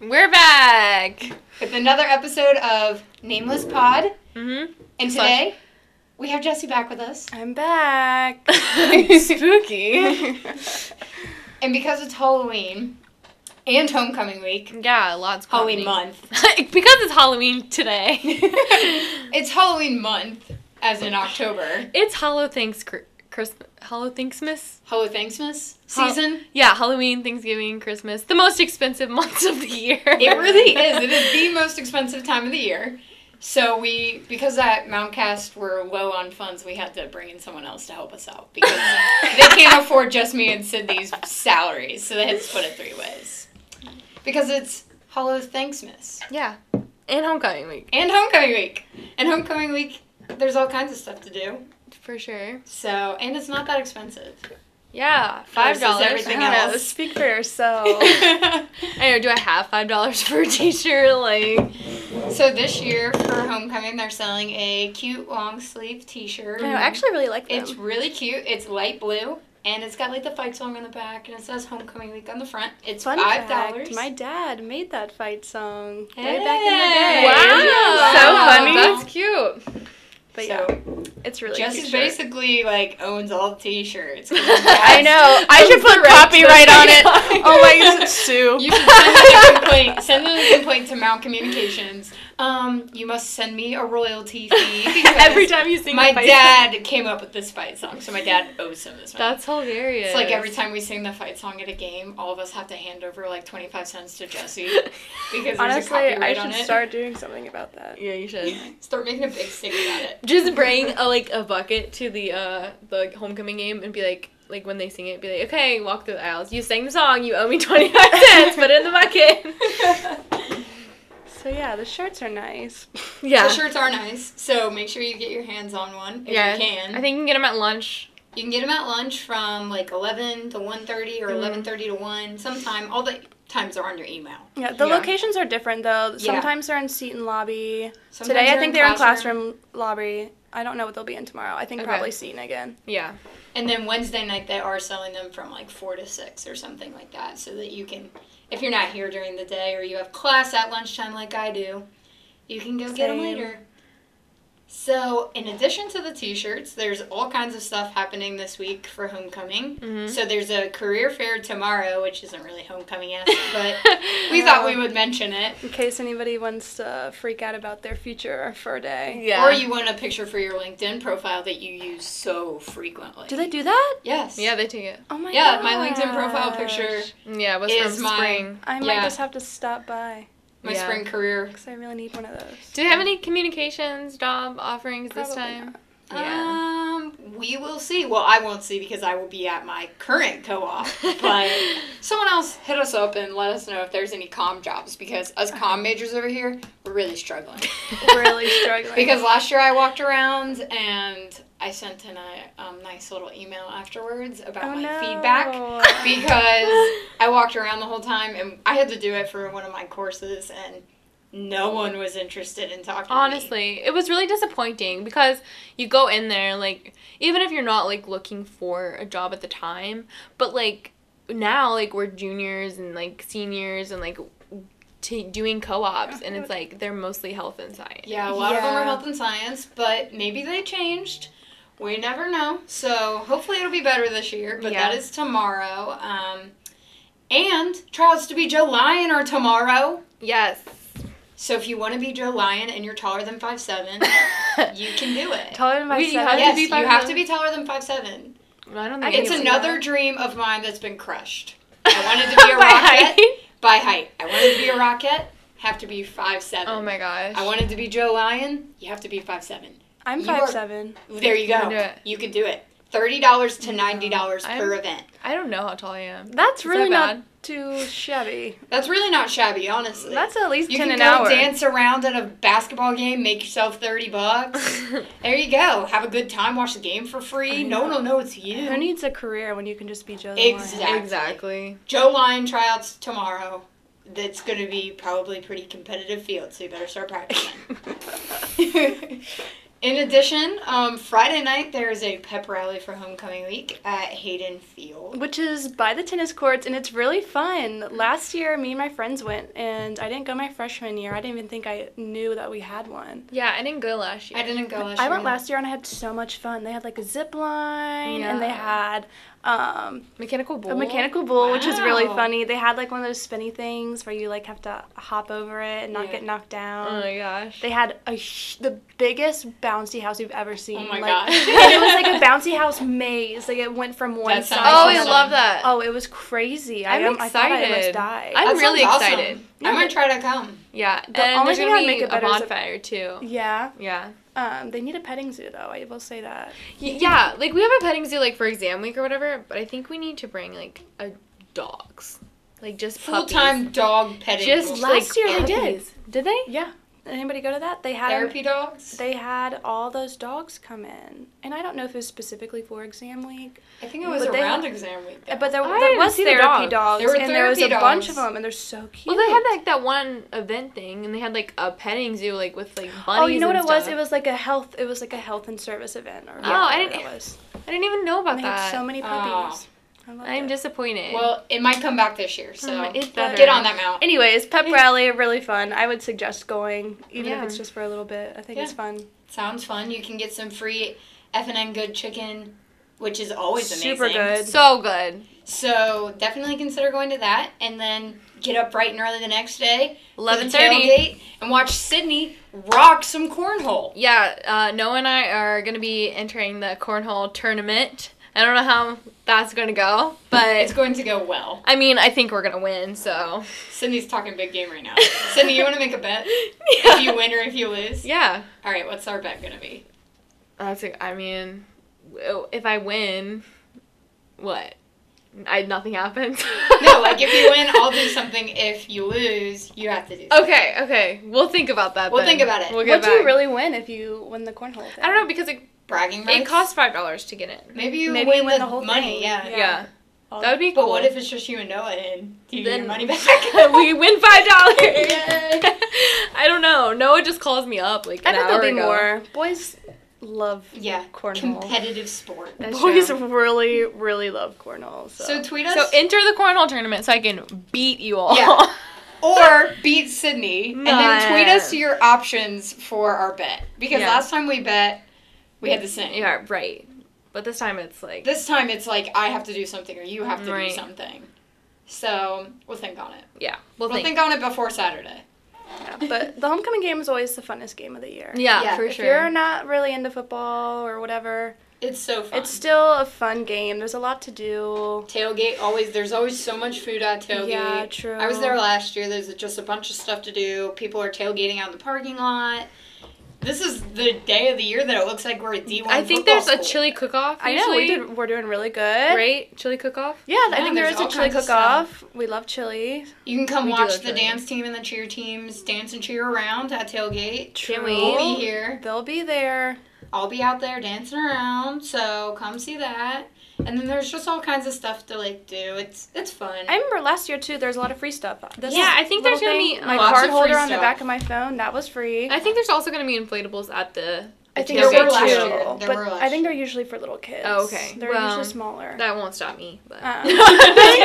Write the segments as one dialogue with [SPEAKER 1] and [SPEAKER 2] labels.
[SPEAKER 1] We're back.
[SPEAKER 2] with another episode of Nameless Pod.
[SPEAKER 1] Mhm.
[SPEAKER 2] And
[SPEAKER 1] Slash-
[SPEAKER 2] today, we have Jesse back with us.
[SPEAKER 1] I'm back. Spooky.
[SPEAKER 2] And because it's Halloween and homecoming week,
[SPEAKER 1] yeah, lots.
[SPEAKER 2] Halloween
[SPEAKER 1] happening.
[SPEAKER 2] month,
[SPEAKER 1] because it's Halloween today.
[SPEAKER 2] it's Halloween month, as in October.
[SPEAKER 1] it's Hollow Thanks Christmas. Hollow Thanksmas.
[SPEAKER 2] Hello, Thanksmas
[SPEAKER 1] Hol-
[SPEAKER 2] season.
[SPEAKER 1] Yeah, Halloween, Thanksgiving, Christmas. The most expensive months of the year.
[SPEAKER 2] It really is. It is the most expensive time of the year. So we, because at Mountcast we're low on funds, we had to bring in someone else to help us out because they can't afford just me and Sydney's salaries, so they had to split it three ways. Because it's Hollow Thanksmas
[SPEAKER 1] Yeah. And homecoming week
[SPEAKER 2] and Homecoming Week, and Homecoming Week, there's all kinds of stuff to do.
[SPEAKER 1] for sure.
[SPEAKER 2] So, and it's not that expensive.
[SPEAKER 1] Yeah,
[SPEAKER 2] Versus
[SPEAKER 1] five dollars.
[SPEAKER 2] everything
[SPEAKER 1] I don't know,
[SPEAKER 2] else.
[SPEAKER 1] Speak for yourself. I know. Do I have five dollars for a t-shirt? Like,
[SPEAKER 2] so this year for Homecoming, they're selling a cute long sleeve T-shirt.
[SPEAKER 3] I know, I Oh, actually really like them.
[SPEAKER 2] It's really cute. It's light blue, and it's got like the fight song on the back, and it says "Homecoming Week" on the front. It's
[SPEAKER 3] Fun
[SPEAKER 2] five
[SPEAKER 3] fact,
[SPEAKER 2] dollars.
[SPEAKER 3] my dad made that fight song
[SPEAKER 2] Hey.
[SPEAKER 3] way back in the day.
[SPEAKER 2] Wow.
[SPEAKER 3] So
[SPEAKER 2] funny.
[SPEAKER 1] That's cute.
[SPEAKER 3] But yeah,
[SPEAKER 2] so
[SPEAKER 3] it's really
[SPEAKER 2] Jess
[SPEAKER 3] cute. shirt.
[SPEAKER 2] basically like owns all the T-shirts.
[SPEAKER 3] I know. I should put
[SPEAKER 1] Correct.
[SPEAKER 3] copyright on it. Oh my
[SPEAKER 1] God.
[SPEAKER 3] god, Sue.
[SPEAKER 2] You should send them a complaint. Send them a complaint to Mount Communications. Um, you must send me a royalty fee because
[SPEAKER 1] Every time you sing
[SPEAKER 2] my
[SPEAKER 1] the fight
[SPEAKER 2] dad came up with this fight song, so my dad owes him this
[SPEAKER 1] song.
[SPEAKER 2] money.
[SPEAKER 1] That's hilarious.
[SPEAKER 2] It's like every time we sing the fight song at a game, all of us have to hand over like twenty five cents to Jesse because there's a
[SPEAKER 3] Honestly,
[SPEAKER 2] copyright
[SPEAKER 3] I
[SPEAKER 2] on
[SPEAKER 3] should
[SPEAKER 2] it.
[SPEAKER 3] start doing something about that.
[SPEAKER 1] Yeah, you should.
[SPEAKER 2] Start making a big sing about it.
[SPEAKER 1] Just bring a like a bucket to the uh the homecoming game and be like like when they sing it, be like, okay, walk through the aisles. You sang the song. You owe me twenty five cents. Put it in the bucket.
[SPEAKER 3] So yeah, the shirts are nice.
[SPEAKER 1] Yeah.
[SPEAKER 2] The shirts are nice, so make sure you get your hands on one if
[SPEAKER 1] Yeah,
[SPEAKER 2] you can.
[SPEAKER 1] I think you can get them at lunch.
[SPEAKER 2] you can get them at lunch from like 11 to 1.30 or
[SPEAKER 3] Mm-hmm.
[SPEAKER 1] Mhm.
[SPEAKER 2] 11.30 to 1 sometime. All the times are on your email.
[SPEAKER 3] Yeah, the
[SPEAKER 1] Yeah.
[SPEAKER 3] locations are different though.
[SPEAKER 2] Yeah.
[SPEAKER 3] Sometimes they're in Seton lobby.
[SPEAKER 2] Sometimes
[SPEAKER 3] Today I
[SPEAKER 2] they're
[SPEAKER 3] think they're in classroom lobby. I don't know what they'll be in tomorrow. I think
[SPEAKER 1] Okay.
[SPEAKER 3] probably Seton again.
[SPEAKER 1] Yeah.
[SPEAKER 2] And then Wednesday night they are selling them from like 4 to 6 or something like that so that you can, if you're not here during the day or you have class at lunchtime like I do, you can go get them
[SPEAKER 3] Same.
[SPEAKER 2] later. So, in addition to the t shirts, there's all kinds of stuff happening this week for homecoming.
[SPEAKER 1] Mm-hmm.
[SPEAKER 2] So there's a career fair tomorrow, which isn't really homecoming esque, but we thought we would mention it.
[SPEAKER 3] In case anybody wants to freak out about their future for a day.
[SPEAKER 1] yeah.
[SPEAKER 2] Or you want a picture for your LinkedIn profile that you use so frequently.
[SPEAKER 3] Do they do that?
[SPEAKER 2] Yes.
[SPEAKER 1] Yeah, they take it.
[SPEAKER 3] Oh my
[SPEAKER 2] Yeah,
[SPEAKER 3] god.
[SPEAKER 2] my LinkedIn profile picture,
[SPEAKER 1] Yeah, it was
[SPEAKER 2] Is
[SPEAKER 1] from
[SPEAKER 2] my-
[SPEAKER 1] spring.
[SPEAKER 3] I might
[SPEAKER 2] Yeah.
[SPEAKER 3] just have to stop by
[SPEAKER 2] my
[SPEAKER 1] Yeah.
[SPEAKER 2] spring career.
[SPEAKER 3] because I really need one of those.
[SPEAKER 1] Do they have any communications job offerings this
[SPEAKER 3] Probably
[SPEAKER 1] time?
[SPEAKER 3] not.
[SPEAKER 1] Yeah.
[SPEAKER 2] Um, we will see. Well, I won't see because I will be at my current co-op, but someone else hit us up and let us know if there's any comm jobs because us comm majors over here, we're really struggling.
[SPEAKER 3] really struggling.
[SPEAKER 2] Because last year I walked around and I sent in a um, nice little email afterwards
[SPEAKER 1] Oh,
[SPEAKER 2] about my feedback because I walked around the whole time and I had to do it for one of my courses and no one was interested in talking. to me.
[SPEAKER 1] Honestly, it was really disappointing because you go in there like even if you're not like looking for a job at the time, but like now like we're juniors and like seniors and like t- doing co-ops and it's like they're mostly health and science.
[SPEAKER 2] yeah, a lot of them are
[SPEAKER 3] Yeah.
[SPEAKER 2] health and science, but maybe they changed. We never know. So hopefully it'll be better this year. But
[SPEAKER 1] Yeah.
[SPEAKER 2] that is tomorrow. Um, and trials to be Joe Lion are tomorrow.
[SPEAKER 1] Yes.
[SPEAKER 2] So if you want to be Joe Lion and you're taller than five seven, you can do it.
[SPEAKER 3] Taller than
[SPEAKER 1] We
[SPEAKER 3] myself.
[SPEAKER 1] have
[SPEAKER 2] yes,
[SPEAKER 1] to be
[SPEAKER 2] you have
[SPEAKER 1] 5'7"?
[SPEAKER 2] to be taller than five seven.
[SPEAKER 1] I don't
[SPEAKER 3] I
[SPEAKER 1] think
[SPEAKER 3] can
[SPEAKER 2] It's
[SPEAKER 3] see
[SPEAKER 2] another
[SPEAKER 3] that.
[SPEAKER 2] dream of mine that's been crushed. I wanted to be a
[SPEAKER 1] By
[SPEAKER 2] rocket
[SPEAKER 1] height.
[SPEAKER 2] by height. I wanted to be a rocket. Have to be five seven.
[SPEAKER 1] Oh my gosh.
[SPEAKER 2] I wanted to be Joe Lion. You have to be five seven.
[SPEAKER 3] I'm
[SPEAKER 2] You
[SPEAKER 3] five
[SPEAKER 2] are-
[SPEAKER 3] seven.
[SPEAKER 2] There you
[SPEAKER 1] You can
[SPEAKER 2] go.
[SPEAKER 1] do it.
[SPEAKER 2] You can do it. Thirty dollars to ninety dollars
[SPEAKER 1] I'm-
[SPEAKER 2] per event.
[SPEAKER 1] I don't know how tall I am.
[SPEAKER 3] That's
[SPEAKER 1] that
[SPEAKER 3] really not
[SPEAKER 1] bad?
[SPEAKER 3] too shabby.
[SPEAKER 2] That's really not shabby, honestly.
[SPEAKER 3] That's at least
[SPEAKER 2] you
[SPEAKER 3] ten
[SPEAKER 2] can
[SPEAKER 3] an
[SPEAKER 2] go
[SPEAKER 3] hour.
[SPEAKER 2] dance around at a basketball game, make yourself thirty bucks. there you go. Have a good time. Watch the game for free. No one will know it's you.
[SPEAKER 3] Who needs a career when you can just be Joe?
[SPEAKER 2] Exactly.
[SPEAKER 1] exactly.
[SPEAKER 2] Joe Lion tryouts tomorrow. That's going to be probably pretty competitive field, so you better start practicing. In addition, um, Friday night there is a pep rally for homecoming week at Hayden Field.
[SPEAKER 3] Which is by the tennis courts, and it's really fun. Last year, me and my friends went, and I didn't go my freshman year. I didn't even think I knew that we had one.
[SPEAKER 1] Yeah, I didn't go last year.
[SPEAKER 2] I didn't go last
[SPEAKER 3] I
[SPEAKER 2] year.
[SPEAKER 3] went last year, and I had so much fun. They had like a zip line, and they
[SPEAKER 1] Yeah.
[SPEAKER 3] had um,
[SPEAKER 1] Mechanical bull.
[SPEAKER 3] a mechanical bull, which is really
[SPEAKER 2] Wow.
[SPEAKER 3] funny. They had like one of those spinny things where you like have to hop over it and not
[SPEAKER 2] Yeah.
[SPEAKER 3] get knocked down.
[SPEAKER 1] Oh my gosh.
[SPEAKER 3] They had a hu- the biggest bouncy house we've ever seen.
[SPEAKER 2] Oh my
[SPEAKER 3] like,
[SPEAKER 2] gosh.
[SPEAKER 3] and it was like a bouncy house maze. Like it went from one
[SPEAKER 2] That
[SPEAKER 3] side.
[SPEAKER 2] sounds
[SPEAKER 1] oh, I
[SPEAKER 2] Awesome.
[SPEAKER 1] love that.
[SPEAKER 3] Oh, it was crazy. I,
[SPEAKER 1] I'm
[SPEAKER 3] am- I thought I
[SPEAKER 1] excited.
[SPEAKER 3] almost died.
[SPEAKER 1] I'm
[SPEAKER 2] That sounds
[SPEAKER 1] really
[SPEAKER 2] awesome.
[SPEAKER 1] excited.
[SPEAKER 2] I might try to come.
[SPEAKER 1] yeah.
[SPEAKER 3] the
[SPEAKER 1] and
[SPEAKER 3] only
[SPEAKER 1] there's
[SPEAKER 3] thing
[SPEAKER 1] gonna
[SPEAKER 3] that'd
[SPEAKER 1] be
[SPEAKER 3] make it
[SPEAKER 1] a
[SPEAKER 3] better is if-
[SPEAKER 1] bonfire too.
[SPEAKER 3] yeah.
[SPEAKER 1] Yeah.
[SPEAKER 3] Um, they need a petting zoo though. I will say that.
[SPEAKER 1] Y- Yeah, like we have a petting zoo like for exam week or whatever, but I think we need to bring like a dogs. Like just
[SPEAKER 2] Full
[SPEAKER 1] puppies.
[SPEAKER 2] time dog petting.
[SPEAKER 1] just
[SPEAKER 3] last
[SPEAKER 1] like,
[SPEAKER 3] year they did.
[SPEAKER 1] puppies. Did they?
[SPEAKER 3] Yeah. Anybody go to that? They had 'em-
[SPEAKER 2] therapy dogs.
[SPEAKER 3] They had all those dogs come in, and I don't know if it was specifically for exam week,
[SPEAKER 2] I think it was
[SPEAKER 3] But they-
[SPEAKER 2] around exam week. though.
[SPEAKER 3] but there,
[SPEAKER 1] I
[SPEAKER 3] there
[SPEAKER 1] didn't
[SPEAKER 3] was
[SPEAKER 1] see the
[SPEAKER 3] therapy
[SPEAKER 1] dogs.
[SPEAKER 3] dogs,
[SPEAKER 2] There were
[SPEAKER 3] and there was a
[SPEAKER 2] therapy
[SPEAKER 3] bunch of
[SPEAKER 2] dogs.
[SPEAKER 3] them, and they're so cute.
[SPEAKER 1] Well, they had like that one event thing, and they had like a petting zoo, like with like bunnies.
[SPEAKER 3] Oh, you know what
[SPEAKER 1] and
[SPEAKER 3] it was?
[SPEAKER 1] stuff.
[SPEAKER 3] It was like a health. It was like a health and service event, or
[SPEAKER 1] Yeah. I
[SPEAKER 3] whatever
[SPEAKER 1] didn't-
[SPEAKER 3] It was.
[SPEAKER 1] I didn't even know about
[SPEAKER 3] And they
[SPEAKER 1] that.
[SPEAKER 3] had so many
[SPEAKER 2] Oh.
[SPEAKER 3] puppies. I loved
[SPEAKER 1] I'm
[SPEAKER 3] it.
[SPEAKER 1] just disappointed.
[SPEAKER 2] well, it might come back this year, so
[SPEAKER 1] so it's better.
[SPEAKER 3] but-
[SPEAKER 2] get on that mount.
[SPEAKER 3] Anyways, pep rally really fun. I would suggest going, even
[SPEAKER 1] Yeah.
[SPEAKER 3] if it's just for a little bit. I think it's
[SPEAKER 2] Yeah.
[SPEAKER 3] fun.
[SPEAKER 2] Sounds fun. You can get some free F and N good chicken, which is always amazing.
[SPEAKER 3] Super good.
[SPEAKER 1] So good.
[SPEAKER 2] So definitely consider going to that, and then get up bright and early the next day, for the
[SPEAKER 1] Eleven thirty.
[SPEAKER 2] tailgate, and watch Sydney rock some cornhole.
[SPEAKER 1] Yeah, uh, Noah and I are gonna be entering the cornhole tournament. I don't know how that's gonna go,
[SPEAKER 2] It's
[SPEAKER 1] but
[SPEAKER 2] going to go well.
[SPEAKER 1] I mean, I think we're gonna win. So
[SPEAKER 2] Sydney's talking big game right now. Sydney, you want to make a bet
[SPEAKER 1] yeah.
[SPEAKER 2] if you win or if you lose?
[SPEAKER 1] yeah,
[SPEAKER 2] All right, what's our bet gonna be?
[SPEAKER 1] that's. A, I mean, w- if I win, what? I nothing happens.
[SPEAKER 2] No, like if you win, I'll do something. If you lose, you have to do. Something.
[SPEAKER 1] Okay, okay, we'll think about that.
[SPEAKER 2] We'll
[SPEAKER 1] then.
[SPEAKER 2] think about it.
[SPEAKER 1] We'll get
[SPEAKER 3] What do you
[SPEAKER 1] back.
[SPEAKER 3] really win if you win the cornhole?
[SPEAKER 1] I don't know because it,
[SPEAKER 2] Bragging rights.
[SPEAKER 1] it costs five dollars to get in.
[SPEAKER 2] Maybe you
[SPEAKER 3] Maybe
[SPEAKER 2] win,
[SPEAKER 3] you win
[SPEAKER 2] the,
[SPEAKER 3] the whole
[SPEAKER 2] money.
[SPEAKER 3] thing.
[SPEAKER 2] Yeah.
[SPEAKER 1] Yeah,
[SPEAKER 3] know.
[SPEAKER 1] that would be cool.
[SPEAKER 2] But what if it's just you and Noah and do you get your
[SPEAKER 1] Then-
[SPEAKER 2] money back?
[SPEAKER 1] we win five dollars?
[SPEAKER 2] Yay.
[SPEAKER 1] I don't know. Noah just calls me up like
[SPEAKER 3] I
[SPEAKER 1] an
[SPEAKER 3] bet
[SPEAKER 1] hour
[SPEAKER 3] there'll be
[SPEAKER 1] ago.
[SPEAKER 3] more. Boys love
[SPEAKER 2] yeah.
[SPEAKER 3] cornhole.
[SPEAKER 2] Competitive sport.
[SPEAKER 1] That's
[SPEAKER 3] Boys
[SPEAKER 1] true.
[SPEAKER 3] really, really love cornhole. So,
[SPEAKER 2] So tweet us
[SPEAKER 1] So enter the cornhole tournament so I can beat you all.
[SPEAKER 2] Yeah. or beat Sydney and then
[SPEAKER 1] Nah.
[SPEAKER 2] tweet us your options for our bet because
[SPEAKER 1] Yeah.
[SPEAKER 2] last time we bet we had the same.
[SPEAKER 1] yeah, right. But this time it's like
[SPEAKER 2] This time it's like I have to do something or you have to
[SPEAKER 1] Right.
[SPEAKER 2] do something. So we'll think on it.
[SPEAKER 1] yeah. We'll,
[SPEAKER 2] We'll
[SPEAKER 1] think.
[SPEAKER 2] think on it before Saturday.
[SPEAKER 3] yeah. but the homecoming game is always the funnest game of the year.
[SPEAKER 1] Yeah,
[SPEAKER 2] Yeah,
[SPEAKER 1] for
[SPEAKER 3] if
[SPEAKER 1] sure.
[SPEAKER 3] you're not really into football or whatever,
[SPEAKER 2] It's so fun.
[SPEAKER 3] it's still a fun game. There's a lot to do.
[SPEAKER 2] tailgate always there's always so much food at tailgate
[SPEAKER 3] Yeah, true.
[SPEAKER 2] i was there last year there's just a bunch of stuff to do people are tailgating out in the parking lot this is the day of the year that it looks like we're at d1
[SPEAKER 1] I think
[SPEAKER 2] football
[SPEAKER 1] there's a
[SPEAKER 2] school.
[SPEAKER 1] chili cook-off.
[SPEAKER 3] I know we
[SPEAKER 1] usually,
[SPEAKER 3] did. We're doing really good.
[SPEAKER 1] right? Chili cook-off.
[SPEAKER 3] Yeah, I
[SPEAKER 2] Yeah,
[SPEAKER 3] think there
[SPEAKER 2] there's
[SPEAKER 3] is a
[SPEAKER 2] all
[SPEAKER 3] chili
[SPEAKER 2] kinds of
[SPEAKER 3] cook off. We love chili.
[SPEAKER 2] you can come
[SPEAKER 1] We do
[SPEAKER 2] watch
[SPEAKER 1] love
[SPEAKER 2] the
[SPEAKER 1] tailgate.
[SPEAKER 2] dance team and the cheer teams dance and cheer around at tailgate
[SPEAKER 1] Can
[SPEAKER 3] True.
[SPEAKER 1] we?
[SPEAKER 2] we'll be here
[SPEAKER 3] They'll be there.
[SPEAKER 2] i'll be out there dancing around so come see that and then there's just all kinds of stuff to like do it's it's fun
[SPEAKER 3] I remember last year too. There's a lot of free stuff. This
[SPEAKER 1] Yeah,
[SPEAKER 3] is
[SPEAKER 1] I think
[SPEAKER 3] little
[SPEAKER 1] there's gonna
[SPEAKER 3] thing,
[SPEAKER 1] be
[SPEAKER 3] my
[SPEAKER 2] lots of
[SPEAKER 3] card
[SPEAKER 2] free
[SPEAKER 3] holder on the
[SPEAKER 2] stuff.
[SPEAKER 3] back of my phone. That was free.
[SPEAKER 1] I think there's also going to be inflatables at the.
[SPEAKER 3] I think
[SPEAKER 2] there
[SPEAKER 3] there
[SPEAKER 2] were
[SPEAKER 3] were
[SPEAKER 2] last
[SPEAKER 3] two,
[SPEAKER 2] year. There
[SPEAKER 3] but
[SPEAKER 2] were last
[SPEAKER 3] I think they're usually for little kids.
[SPEAKER 1] Oh, okay.
[SPEAKER 3] They're
[SPEAKER 1] Well,
[SPEAKER 3] usually smaller.
[SPEAKER 1] That won't stop me. But.
[SPEAKER 3] Um,
[SPEAKER 2] Uh-uh.
[SPEAKER 3] I think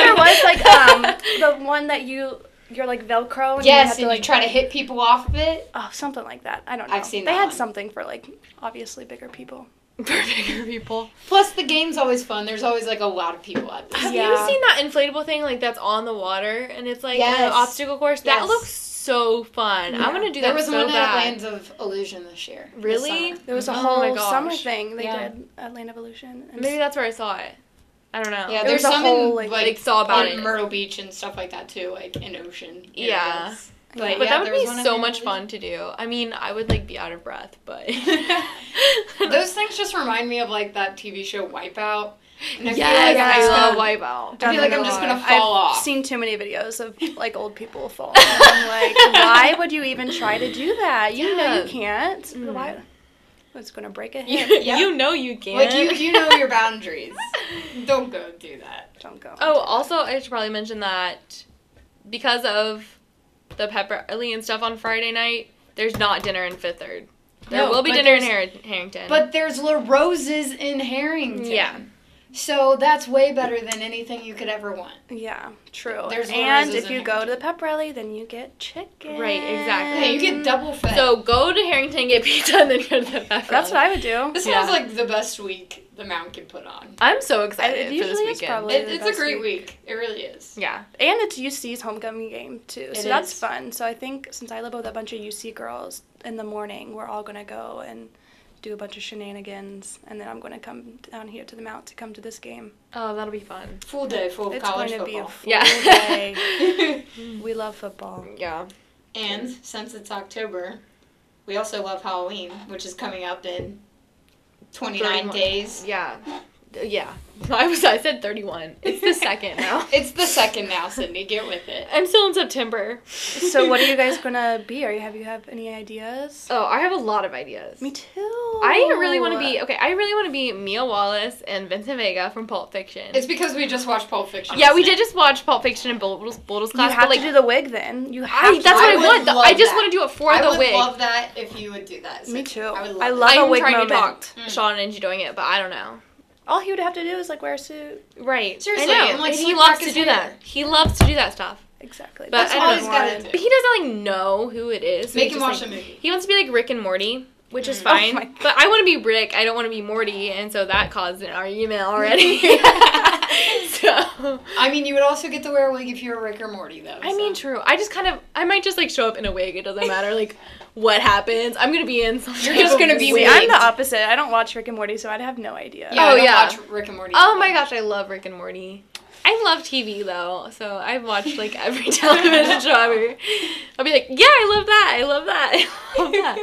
[SPEAKER 3] there was like um the one that you you're like Velcro. And
[SPEAKER 2] yes
[SPEAKER 3] you
[SPEAKER 2] and
[SPEAKER 3] have to,
[SPEAKER 2] you
[SPEAKER 3] like,
[SPEAKER 2] try to hit people off of it
[SPEAKER 3] Oh, something like that. I don't know.
[SPEAKER 2] I've seen
[SPEAKER 3] they
[SPEAKER 2] that
[SPEAKER 3] had
[SPEAKER 2] one.
[SPEAKER 3] something for like obviously bigger people.
[SPEAKER 1] for bigger people.
[SPEAKER 2] Plus, the game's always fun. There's always like a lot of people at this.
[SPEAKER 1] Have
[SPEAKER 3] Yeah.
[SPEAKER 1] you seen that inflatable thing like that's on the water and it's like an
[SPEAKER 2] Yes.
[SPEAKER 1] obstacle course?
[SPEAKER 2] Yes.
[SPEAKER 1] That looks so fun.
[SPEAKER 3] Yeah.
[SPEAKER 1] I want to do
[SPEAKER 2] there
[SPEAKER 1] that
[SPEAKER 2] was
[SPEAKER 1] so
[SPEAKER 2] one at
[SPEAKER 1] bad.
[SPEAKER 2] Lands of Illusion this year. this
[SPEAKER 1] Really?
[SPEAKER 2] summer.
[SPEAKER 3] There was a
[SPEAKER 1] Oh my
[SPEAKER 3] whole
[SPEAKER 1] gosh.
[SPEAKER 3] summer thing they
[SPEAKER 2] Yeah.
[SPEAKER 3] did at Land Evolution. And
[SPEAKER 1] Maybe that's where I saw it. I don't know.
[SPEAKER 2] Yeah,
[SPEAKER 3] It
[SPEAKER 2] there's
[SPEAKER 3] was a
[SPEAKER 2] some
[SPEAKER 3] whole,
[SPEAKER 2] in,
[SPEAKER 3] like-
[SPEAKER 1] like
[SPEAKER 2] like
[SPEAKER 1] saw Oh. about
[SPEAKER 2] in
[SPEAKER 1] it.
[SPEAKER 2] Myrtle Beach and stuff like that too, like in ocean. areas.
[SPEAKER 1] Yeah.
[SPEAKER 2] But,
[SPEAKER 1] But
[SPEAKER 2] yeah,
[SPEAKER 1] that would
[SPEAKER 2] there was
[SPEAKER 1] be
[SPEAKER 2] one at
[SPEAKER 1] so
[SPEAKER 2] Land of
[SPEAKER 1] much fun to do. I mean, I would like be out of breath, but
[SPEAKER 2] Illusion. Those things just remind me of like that TV show Wipeout. And I feel
[SPEAKER 1] yes,
[SPEAKER 2] like
[SPEAKER 3] yeah,
[SPEAKER 2] I'm
[SPEAKER 1] I
[SPEAKER 2] just
[SPEAKER 1] love
[SPEAKER 2] gonna-
[SPEAKER 1] Wipeout.
[SPEAKER 2] I feel like I'm just gonna fall
[SPEAKER 3] I've
[SPEAKER 2] off.
[SPEAKER 3] seen too many videos of like old people falling. I'm like, why would you even try to do that? You know
[SPEAKER 1] Yeah.
[SPEAKER 3] you can't. Why? It's gonna break a hip.
[SPEAKER 1] You,
[SPEAKER 2] Mm. Yeah.
[SPEAKER 1] you know you can.
[SPEAKER 2] Like you, you know your boundaries. Don't go do that.
[SPEAKER 3] Don't go.
[SPEAKER 1] Oh, also, I should probably mention that because of the pepper and stuff on Friday night, there's not dinner in Fifth Third. There
[SPEAKER 2] No,
[SPEAKER 1] will be
[SPEAKER 2] but
[SPEAKER 1] dinner in
[SPEAKER 2] there's-
[SPEAKER 1] Har- Harrington.
[SPEAKER 2] But there's La Rose's in Harrington.
[SPEAKER 1] Yeah.
[SPEAKER 2] So that's way better than anything you could ever want.
[SPEAKER 3] Yeah, true.
[SPEAKER 2] There's more
[SPEAKER 3] and
[SPEAKER 2] roses
[SPEAKER 3] if
[SPEAKER 2] in
[SPEAKER 3] you
[SPEAKER 2] it.
[SPEAKER 3] go to the pep rally, then you get chicken.
[SPEAKER 1] Right, exactly.
[SPEAKER 2] Yeah, you get double fed.
[SPEAKER 1] Um, so go to Harrington, get pizza, and then go to the pepperoni.
[SPEAKER 3] That's what I would do.
[SPEAKER 2] this
[SPEAKER 1] yeah.
[SPEAKER 2] sounds like the best week the Mount could put on.
[SPEAKER 1] I'm so excited
[SPEAKER 3] It
[SPEAKER 1] for this
[SPEAKER 3] usually is
[SPEAKER 1] weekend.
[SPEAKER 3] probably-
[SPEAKER 2] It,
[SPEAKER 3] the
[SPEAKER 2] it's a
[SPEAKER 3] best
[SPEAKER 2] great week. It really is.
[SPEAKER 1] yeah.
[SPEAKER 3] And it's UC's homecoming game too, so
[SPEAKER 2] It
[SPEAKER 3] that's
[SPEAKER 2] is.
[SPEAKER 3] fun. So I think since I live with a bunch of UC girls, in the morning we're all gonna go and do a bunch of shenanigans, and then I'm gonna come down here to the mount to come to this game.
[SPEAKER 1] Oh, that'll be fun.
[SPEAKER 2] Full day full of
[SPEAKER 3] it's
[SPEAKER 2] college
[SPEAKER 3] going to
[SPEAKER 2] football.
[SPEAKER 3] be a
[SPEAKER 1] Yeah.
[SPEAKER 3] full day. we love football.
[SPEAKER 1] Yeah.
[SPEAKER 2] and since it's October, we also love Halloween, which is coming up in 29
[SPEAKER 1] 31.
[SPEAKER 2] days.
[SPEAKER 1] Yeah. Yeah. I was I said 31. It's the second now.
[SPEAKER 2] It's the second now, Cindy. Get with it.
[SPEAKER 1] I'm still in September.
[SPEAKER 3] So what are you guys gonna be? Are you have you have any ideas?
[SPEAKER 1] Oh, I have a lot of ideas.
[SPEAKER 3] Me too.
[SPEAKER 1] I really want to be okay. I really want to be Mia Wallace and Vincent Vega from Pulp Fiction.
[SPEAKER 2] It's because we just watched Pulp Fiction.
[SPEAKER 1] yeah, we
[SPEAKER 2] isn't
[SPEAKER 1] did
[SPEAKER 2] it?
[SPEAKER 1] just watch Pulp Fiction and Boodle's, Boodle's class,
[SPEAKER 3] you have
[SPEAKER 1] but like
[SPEAKER 3] to do the wig then. You have
[SPEAKER 1] I,
[SPEAKER 3] to
[SPEAKER 1] that's
[SPEAKER 3] do
[SPEAKER 1] what I
[SPEAKER 3] the wig.
[SPEAKER 1] want. though.
[SPEAKER 2] love
[SPEAKER 1] I just
[SPEAKER 2] that.
[SPEAKER 1] want to do it for
[SPEAKER 2] I
[SPEAKER 1] the
[SPEAKER 2] would
[SPEAKER 1] wig.
[SPEAKER 2] love that if you would do that. Cindy.
[SPEAKER 3] Me too.
[SPEAKER 2] I would love.
[SPEAKER 3] I
[SPEAKER 2] that.
[SPEAKER 3] love
[SPEAKER 1] I'm
[SPEAKER 3] a wig
[SPEAKER 1] trying
[SPEAKER 3] moment.
[SPEAKER 1] to talk
[SPEAKER 2] Mm.
[SPEAKER 1] Sean into doing it, but I don't know.
[SPEAKER 3] All he would have to do is like wear a suit.
[SPEAKER 1] Right.
[SPEAKER 2] Seriously,
[SPEAKER 1] I know.
[SPEAKER 2] and, like,
[SPEAKER 1] and he
[SPEAKER 2] sleep
[SPEAKER 1] loves
[SPEAKER 2] back
[SPEAKER 1] to
[SPEAKER 2] his
[SPEAKER 1] do
[SPEAKER 2] hair.
[SPEAKER 1] that. He loves to do that stuff.
[SPEAKER 3] Exactly.
[SPEAKER 1] But
[SPEAKER 2] That's
[SPEAKER 1] I
[SPEAKER 2] all
[SPEAKER 1] don't
[SPEAKER 2] he's
[SPEAKER 3] want.
[SPEAKER 2] got to do.
[SPEAKER 1] But he doesn't like know who it is. so
[SPEAKER 2] Make
[SPEAKER 1] he's
[SPEAKER 2] him
[SPEAKER 1] just,
[SPEAKER 2] watch
[SPEAKER 1] like-
[SPEAKER 2] a movie.
[SPEAKER 1] He wants to be like Rick and Morty, which is
[SPEAKER 3] Mm.
[SPEAKER 1] fine.
[SPEAKER 3] Oh my God.
[SPEAKER 1] but I want to be Rick. I don't want to be Morty, and so that caused an argument already. so
[SPEAKER 2] I mean, you would also get to wear a wig if you were Rick or Morty, though.
[SPEAKER 1] I
[SPEAKER 2] so.
[SPEAKER 1] mean, true. I just kind of I might just like show up in a wig. It doesn't matter like what happens. I'm gonna be in. Some
[SPEAKER 2] You're
[SPEAKER 1] type
[SPEAKER 2] just
[SPEAKER 1] of
[SPEAKER 2] gonna be
[SPEAKER 1] wig.
[SPEAKER 3] See,
[SPEAKER 2] wigs.
[SPEAKER 3] I'm the opposite. I don't watch Rick and Morty, so I'd have no idea.
[SPEAKER 2] yeah, I
[SPEAKER 1] Oh,
[SPEAKER 2] don't
[SPEAKER 1] yeah.
[SPEAKER 2] watch Rick and Morty.
[SPEAKER 1] Oh my gosh, I love Rick and Morty. I love TV though, so I've watched like every television show ever. I'll be like, yeah, I love that, I love that, I love that.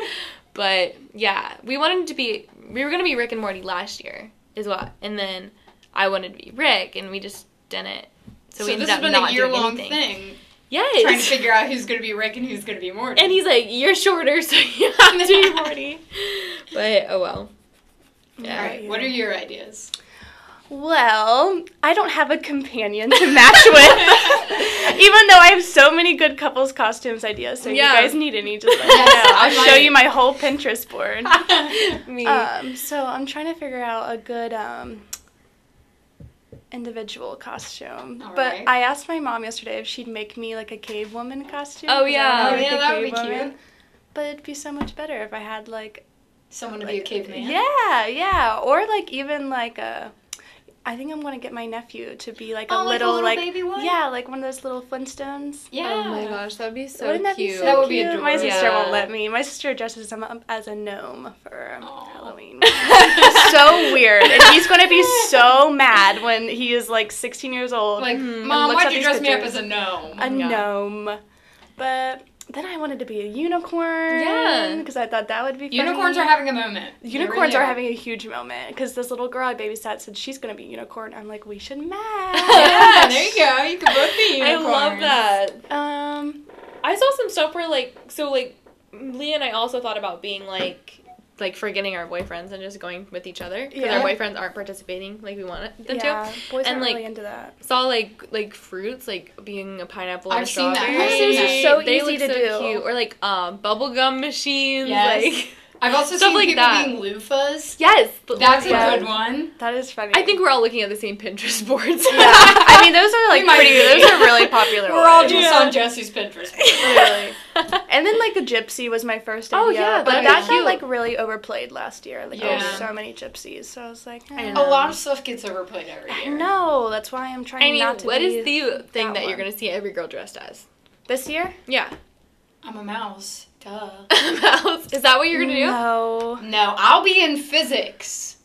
[SPEAKER 1] But yeah, we wanted to be, we were gonna be Rick and Morty last year, is what, and then I wanted to be Rick, and we just didn't. So,
[SPEAKER 2] So,
[SPEAKER 1] we ended
[SPEAKER 2] this has
[SPEAKER 1] up
[SPEAKER 2] been
[SPEAKER 1] not
[SPEAKER 2] a year
[SPEAKER 1] doing
[SPEAKER 2] long
[SPEAKER 1] anything.
[SPEAKER 2] thing
[SPEAKER 1] Yes.
[SPEAKER 2] trying to figure out who's going to be Rick and who's going to be Morty.
[SPEAKER 1] and he's like, you're shorter, so you have to be Morty. But oh well.
[SPEAKER 2] All
[SPEAKER 1] Yeah.
[SPEAKER 2] right, what are your ideas?
[SPEAKER 3] Well, I don't have a companion to match with. Even though I have so many good couples costumes ideas, so
[SPEAKER 1] Yeah.
[SPEAKER 3] if you guys need any, just let me know.
[SPEAKER 2] Yes, I
[SPEAKER 3] I'll show
[SPEAKER 2] might.
[SPEAKER 3] you my whole Pinterest board.
[SPEAKER 2] Oh,
[SPEAKER 1] Me.
[SPEAKER 3] Um, so I'm trying to figure out a good um, individual costume.
[SPEAKER 2] All
[SPEAKER 3] but
[SPEAKER 2] right.
[SPEAKER 3] I asked my mom yesterday if she'd make me like a cave woman costume.
[SPEAKER 1] Oh,
[SPEAKER 3] 'cause I
[SPEAKER 1] yeah.
[SPEAKER 3] wanna
[SPEAKER 1] Oh,
[SPEAKER 3] be, like,
[SPEAKER 2] yeah,
[SPEAKER 3] a
[SPEAKER 2] that would
[SPEAKER 3] cave
[SPEAKER 2] be
[SPEAKER 3] woman. But it'd be so much better if I had like
[SPEAKER 2] Someone to be
[SPEAKER 3] like-
[SPEAKER 2] a caveman.
[SPEAKER 3] Yeah, yeah. Or like even like a I think I'm gonna get my nephew to be like a
[SPEAKER 2] Oh, like a
[SPEAKER 3] little
[SPEAKER 2] little
[SPEAKER 3] like
[SPEAKER 2] baby one?
[SPEAKER 3] yeah, like one of those little Flintstones.
[SPEAKER 2] Yeah.
[SPEAKER 1] Oh my gosh, that'd be so
[SPEAKER 3] Wouldn't that
[SPEAKER 1] cute.
[SPEAKER 3] be so
[SPEAKER 2] That would be
[SPEAKER 3] cute? My
[SPEAKER 2] adorable.
[SPEAKER 3] sister
[SPEAKER 1] Yeah.
[SPEAKER 3] won't let me. My sister dresses him up as a gnome for um,
[SPEAKER 2] Aw.
[SPEAKER 3] Halloween. so weird, and he's gonna be so mad when he is like 16 years old.
[SPEAKER 2] Like, oh
[SPEAKER 1] Mhm.
[SPEAKER 2] mom,
[SPEAKER 3] And looks
[SPEAKER 2] why'd
[SPEAKER 3] at
[SPEAKER 2] you
[SPEAKER 3] these
[SPEAKER 2] dress me up as
[SPEAKER 3] pictures.
[SPEAKER 2] a gnome?
[SPEAKER 3] a
[SPEAKER 1] yeah.
[SPEAKER 3] gnome, but. Then I wanted to be a unicorn.
[SPEAKER 1] Yeah.
[SPEAKER 3] Because I thought that would be funny.
[SPEAKER 2] Unicorns are having a moment. They
[SPEAKER 3] Unicorns
[SPEAKER 2] really
[SPEAKER 3] are having a huge moment because this little girl I babysat said she's gonna be a unicorn. I'm like, we should match.
[SPEAKER 2] Yeah, there you go. You can both be
[SPEAKER 1] I
[SPEAKER 2] unicorns.
[SPEAKER 1] love that.
[SPEAKER 3] um,
[SPEAKER 1] I saw some stuff where like so like Leah and I also thought about being like like forgetting our boyfriends and just going with each other because
[SPEAKER 3] Yeah.
[SPEAKER 1] our boyfriends aren't participating like we want them
[SPEAKER 3] yeah, boys
[SPEAKER 1] And,
[SPEAKER 3] aren't
[SPEAKER 1] like,
[SPEAKER 3] really into that.
[SPEAKER 1] to. Saw like like fruits like being a pineapple. and
[SPEAKER 2] I've
[SPEAKER 1] a
[SPEAKER 2] seen that.
[SPEAKER 1] strawberry.
[SPEAKER 2] I've seen that.
[SPEAKER 1] They
[SPEAKER 3] So
[SPEAKER 1] look
[SPEAKER 3] easy to do.
[SPEAKER 1] Cute. Or like um bubblegum machines.
[SPEAKER 2] Yes.
[SPEAKER 1] Like
[SPEAKER 2] I've also
[SPEAKER 1] Stuff
[SPEAKER 2] seen
[SPEAKER 1] like
[SPEAKER 2] people
[SPEAKER 1] that.
[SPEAKER 2] being loofahs.
[SPEAKER 1] yes, but
[SPEAKER 2] That's a
[SPEAKER 3] Yeah.
[SPEAKER 2] good one.
[SPEAKER 3] That is funny.
[SPEAKER 1] I think we're all looking at the same Pinterest boards.
[SPEAKER 3] Yeah. I mean, those are
[SPEAKER 2] We
[SPEAKER 3] like
[SPEAKER 2] might
[SPEAKER 3] pretty.
[SPEAKER 2] be.
[SPEAKER 3] Those are really popular.
[SPEAKER 2] We're all
[SPEAKER 3] ones.
[SPEAKER 2] just
[SPEAKER 1] Yeah.
[SPEAKER 2] on Jesse's Pinterest.
[SPEAKER 3] Really. And then like the gypsy was my first idea.
[SPEAKER 1] Oh, yeah,
[SPEAKER 3] but
[SPEAKER 1] that'd
[SPEAKER 2] be
[SPEAKER 3] that got
[SPEAKER 1] cute.
[SPEAKER 3] like really overplayed last year. Like there
[SPEAKER 2] Yeah.
[SPEAKER 3] were so many gypsies, so I was like,
[SPEAKER 1] I
[SPEAKER 3] eh.
[SPEAKER 2] A
[SPEAKER 1] know.
[SPEAKER 2] lot of stuff gets overplayed every
[SPEAKER 3] I
[SPEAKER 2] year.
[SPEAKER 3] know. That's why I'm trying
[SPEAKER 1] I mean,
[SPEAKER 3] not to.
[SPEAKER 1] what
[SPEAKER 3] be
[SPEAKER 1] is the thing that, you're
[SPEAKER 3] one.
[SPEAKER 1] gonna see every girl dressed as?
[SPEAKER 3] this year?
[SPEAKER 1] Yeah,
[SPEAKER 2] I'm a mouse. Duh.
[SPEAKER 1] mouse. Is that what you're gonna do?
[SPEAKER 3] No.
[SPEAKER 2] No, I'll be in physics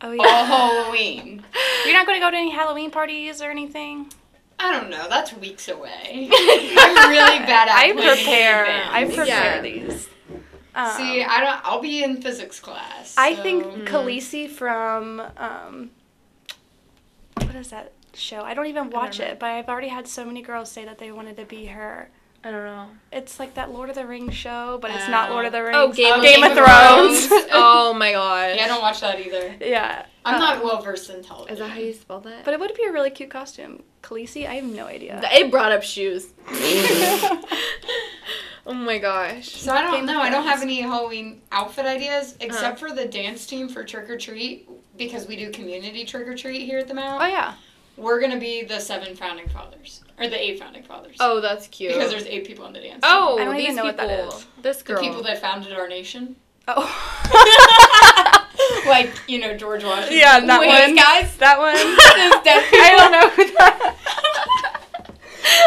[SPEAKER 3] Oh
[SPEAKER 2] all
[SPEAKER 3] yeah.
[SPEAKER 2] Halloween.
[SPEAKER 3] You're not going to go to any Halloween parties or anything?
[SPEAKER 2] I don't know. That's weeks away. I'm really bad at
[SPEAKER 3] I
[SPEAKER 2] planning in
[SPEAKER 3] prepare. I
[SPEAKER 2] advance.
[SPEAKER 3] prepare
[SPEAKER 1] Yeah.
[SPEAKER 3] these. Um,
[SPEAKER 2] See, I don't. I'll be in physics class.
[SPEAKER 3] I
[SPEAKER 2] so-
[SPEAKER 3] think Khaleesi from um, what is that show? I don't even watch
[SPEAKER 1] know.
[SPEAKER 3] it, but I've already had so many girls say that they wanted to be her.
[SPEAKER 1] I don't know.
[SPEAKER 3] It's like that Lord of the Rings show, but it's not
[SPEAKER 2] Oh.
[SPEAKER 3] Lord of the Rings.
[SPEAKER 1] Oh, Game,
[SPEAKER 2] Oh,
[SPEAKER 1] Game
[SPEAKER 3] Game
[SPEAKER 1] of
[SPEAKER 3] of
[SPEAKER 1] Thrones.
[SPEAKER 2] Thrones.
[SPEAKER 1] oh my god.
[SPEAKER 2] Yeah, I don't watch that either.
[SPEAKER 3] Yeah.
[SPEAKER 2] I'm
[SPEAKER 3] Um,
[SPEAKER 2] not well versed in television.
[SPEAKER 1] Is that how you spell that?
[SPEAKER 3] But it would be a really cute costume. Khaleesi, I have no idea.
[SPEAKER 1] it brought up shoes. oh my gosh.
[SPEAKER 2] So I don't
[SPEAKER 3] Favorite
[SPEAKER 2] know. I don't have
[SPEAKER 3] colors.
[SPEAKER 2] any Halloween outfit ideas except
[SPEAKER 1] Uh.
[SPEAKER 2] for the dance team for trick or treat because we do community trick or treat here at the Mount.
[SPEAKER 1] Oh yeah.
[SPEAKER 2] We're gonna be the seven founding fathers or the eight founding fathers.
[SPEAKER 1] Oh, that's cute.
[SPEAKER 2] because there's eight people on the dance. team.
[SPEAKER 1] oh,
[SPEAKER 3] I don't
[SPEAKER 1] these
[SPEAKER 3] even know what
[SPEAKER 1] people.
[SPEAKER 3] that is.
[SPEAKER 1] This
[SPEAKER 2] the
[SPEAKER 1] girl.
[SPEAKER 2] people that founded our nation,
[SPEAKER 3] Oh.
[SPEAKER 2] like you know George Washington.
[SPEAKER 3] yeah, that
[SPEAKER 1] Wait,
[SPEAKER 3] one.
[SPEAKER 2] guys.
[SPEAKER 3] That one.
[SPEAKER 2] Those deaf people.
[SPEAKER 3] I don't know who that.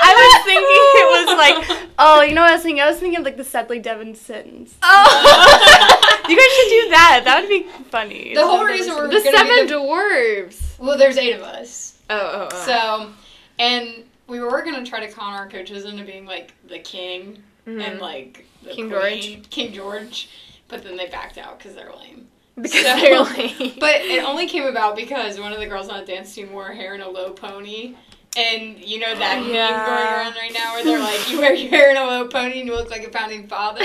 [SPEAKER 3] I was thinking it was like, oh, you know what I was thinking? I was thinking of like the Sedley Devon Sins.
[SPEAKER 1] oh.
[SPEAKER 3] You guys should do that. That would be funny.
[SPEAKER 2] The whole reason we're
[SPEAKER 1] the
[SPEAKER 2] gonna
[SPEAKER 1] seven
[SPEAKER 2] be the,
[SPEAKER 1] dwarves.
[SPEAKER 2] well, there's eight of us.
[SPEAKER 1] Oh, oh, oh.
[SPEAKER 2] So, and we were gonna try to con our coaches into being like the king
[SPEAKER 1] Mhm.
[SPEAKER 2] and like the
[SPEAKER 1] King
[SPEAKER 2] queen, King George, but then they backed out because they're lame.
[SPEAKER 1] because
[SPEAKER 2] so-
[SPEAKER 1] they're like.
[SPEAKER 2] But it only came about because one of the girls on the dance team wore hair in a low pony. And you know that meme going
[SPEAKER 3] Yeah.
[SPEAKER 2] around right now where they're like, you wear your hair in a low pony and you look like a founding father.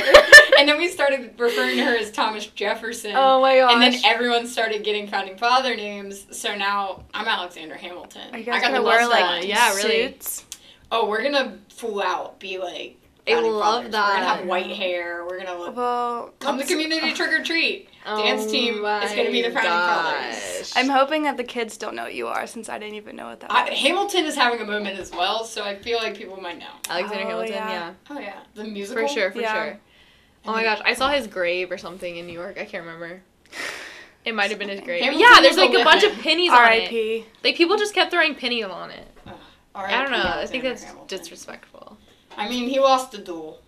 [SPEAKER 2] and then we started referring to her as Thomas Jefferson.
[SPEAKER 1] oh my gosh.
[SPEAKER 2] and then everyone started getting founding father names. So now I'm Alexander Hamilton.
[SPEAKER 3] Are you guys
[SPEAKER 2] I got
[SPEAKER 3] gonna
[SPEAKER 2] the
[SPEAKER 3] wear
[SPEAKER 2] love
[SPEAKER 3] like
[SPEAKER 2] signs.
[SPEAKER 1] yeah, really.
[SPEAKER 3] suits?
[SPEAKER 2] Oh, we're gonna full out be like.
[SPEAKER 1] I
[SPEAKER 2] founding
[SPEAKER 1] love
[SPEAKER 2] fathers. We're gonna
[SPEAKER 1] that.
[SPEAKER 2] have white hair. We're gonna look.
[SPEAKER 3] Well,
[SPEAKER 2] Come to community trick or treat. dance team is gonna be the
[SPEAKER 1] Oh my
[SPEAKER 2] Founding Fathers.
[SPEAKER 1] gosh.
[SPEAKER 3] I'm hoping that the kids don't know what you are since I didn't even know what that
[SPEAKER 2] I,
[SPEAKER 3] was.
[SPEAKER 2] Hamilton is having a moment as well, so I feel like people might know.
[SPEAKER 1] Alexander
[SPEAKER 3] Oh,
[SPEAKER 1] Hamilton.
[SPEAKER 3] yeah.
[SPEAKER 1] yeah.
[SPEAKER 2] Oh yeah, the
[SPEAKER 1] For
[SPEAKER 2] musical
[SPEAKER 1] sure, for
[SPEAKER 3] Yeah.
[SPEAKER 1] sure. Oh my gosh, I saw his grave or something in New York. I can't remember. It might have been his grave.
[SPEAKER 2] Hamilton
[SPEAKER 1] yeah, there's
[SPEAKER 2] was
[SPEAKER 1] like a
[SPEAKER 2] a
[SPEAKER 1] bunch of
[SPEAKER 2] woman.
[SPEAKER 1] pennies on it.
[SPEAKER 3] R.I.P.
[SPEAKER 1] Like people just kept throwing pennies on it.
[SPEAKER 2] All right,
[SPEAKER 1] I don't know. I
[SPEAKER 2] Alexander
[SPEAKER 1] think that's
[SPEAKER 2] Hamilton.
[SPEAKER 1] disrespectful.
[SPEAKER 2] I mean, he lost the duel.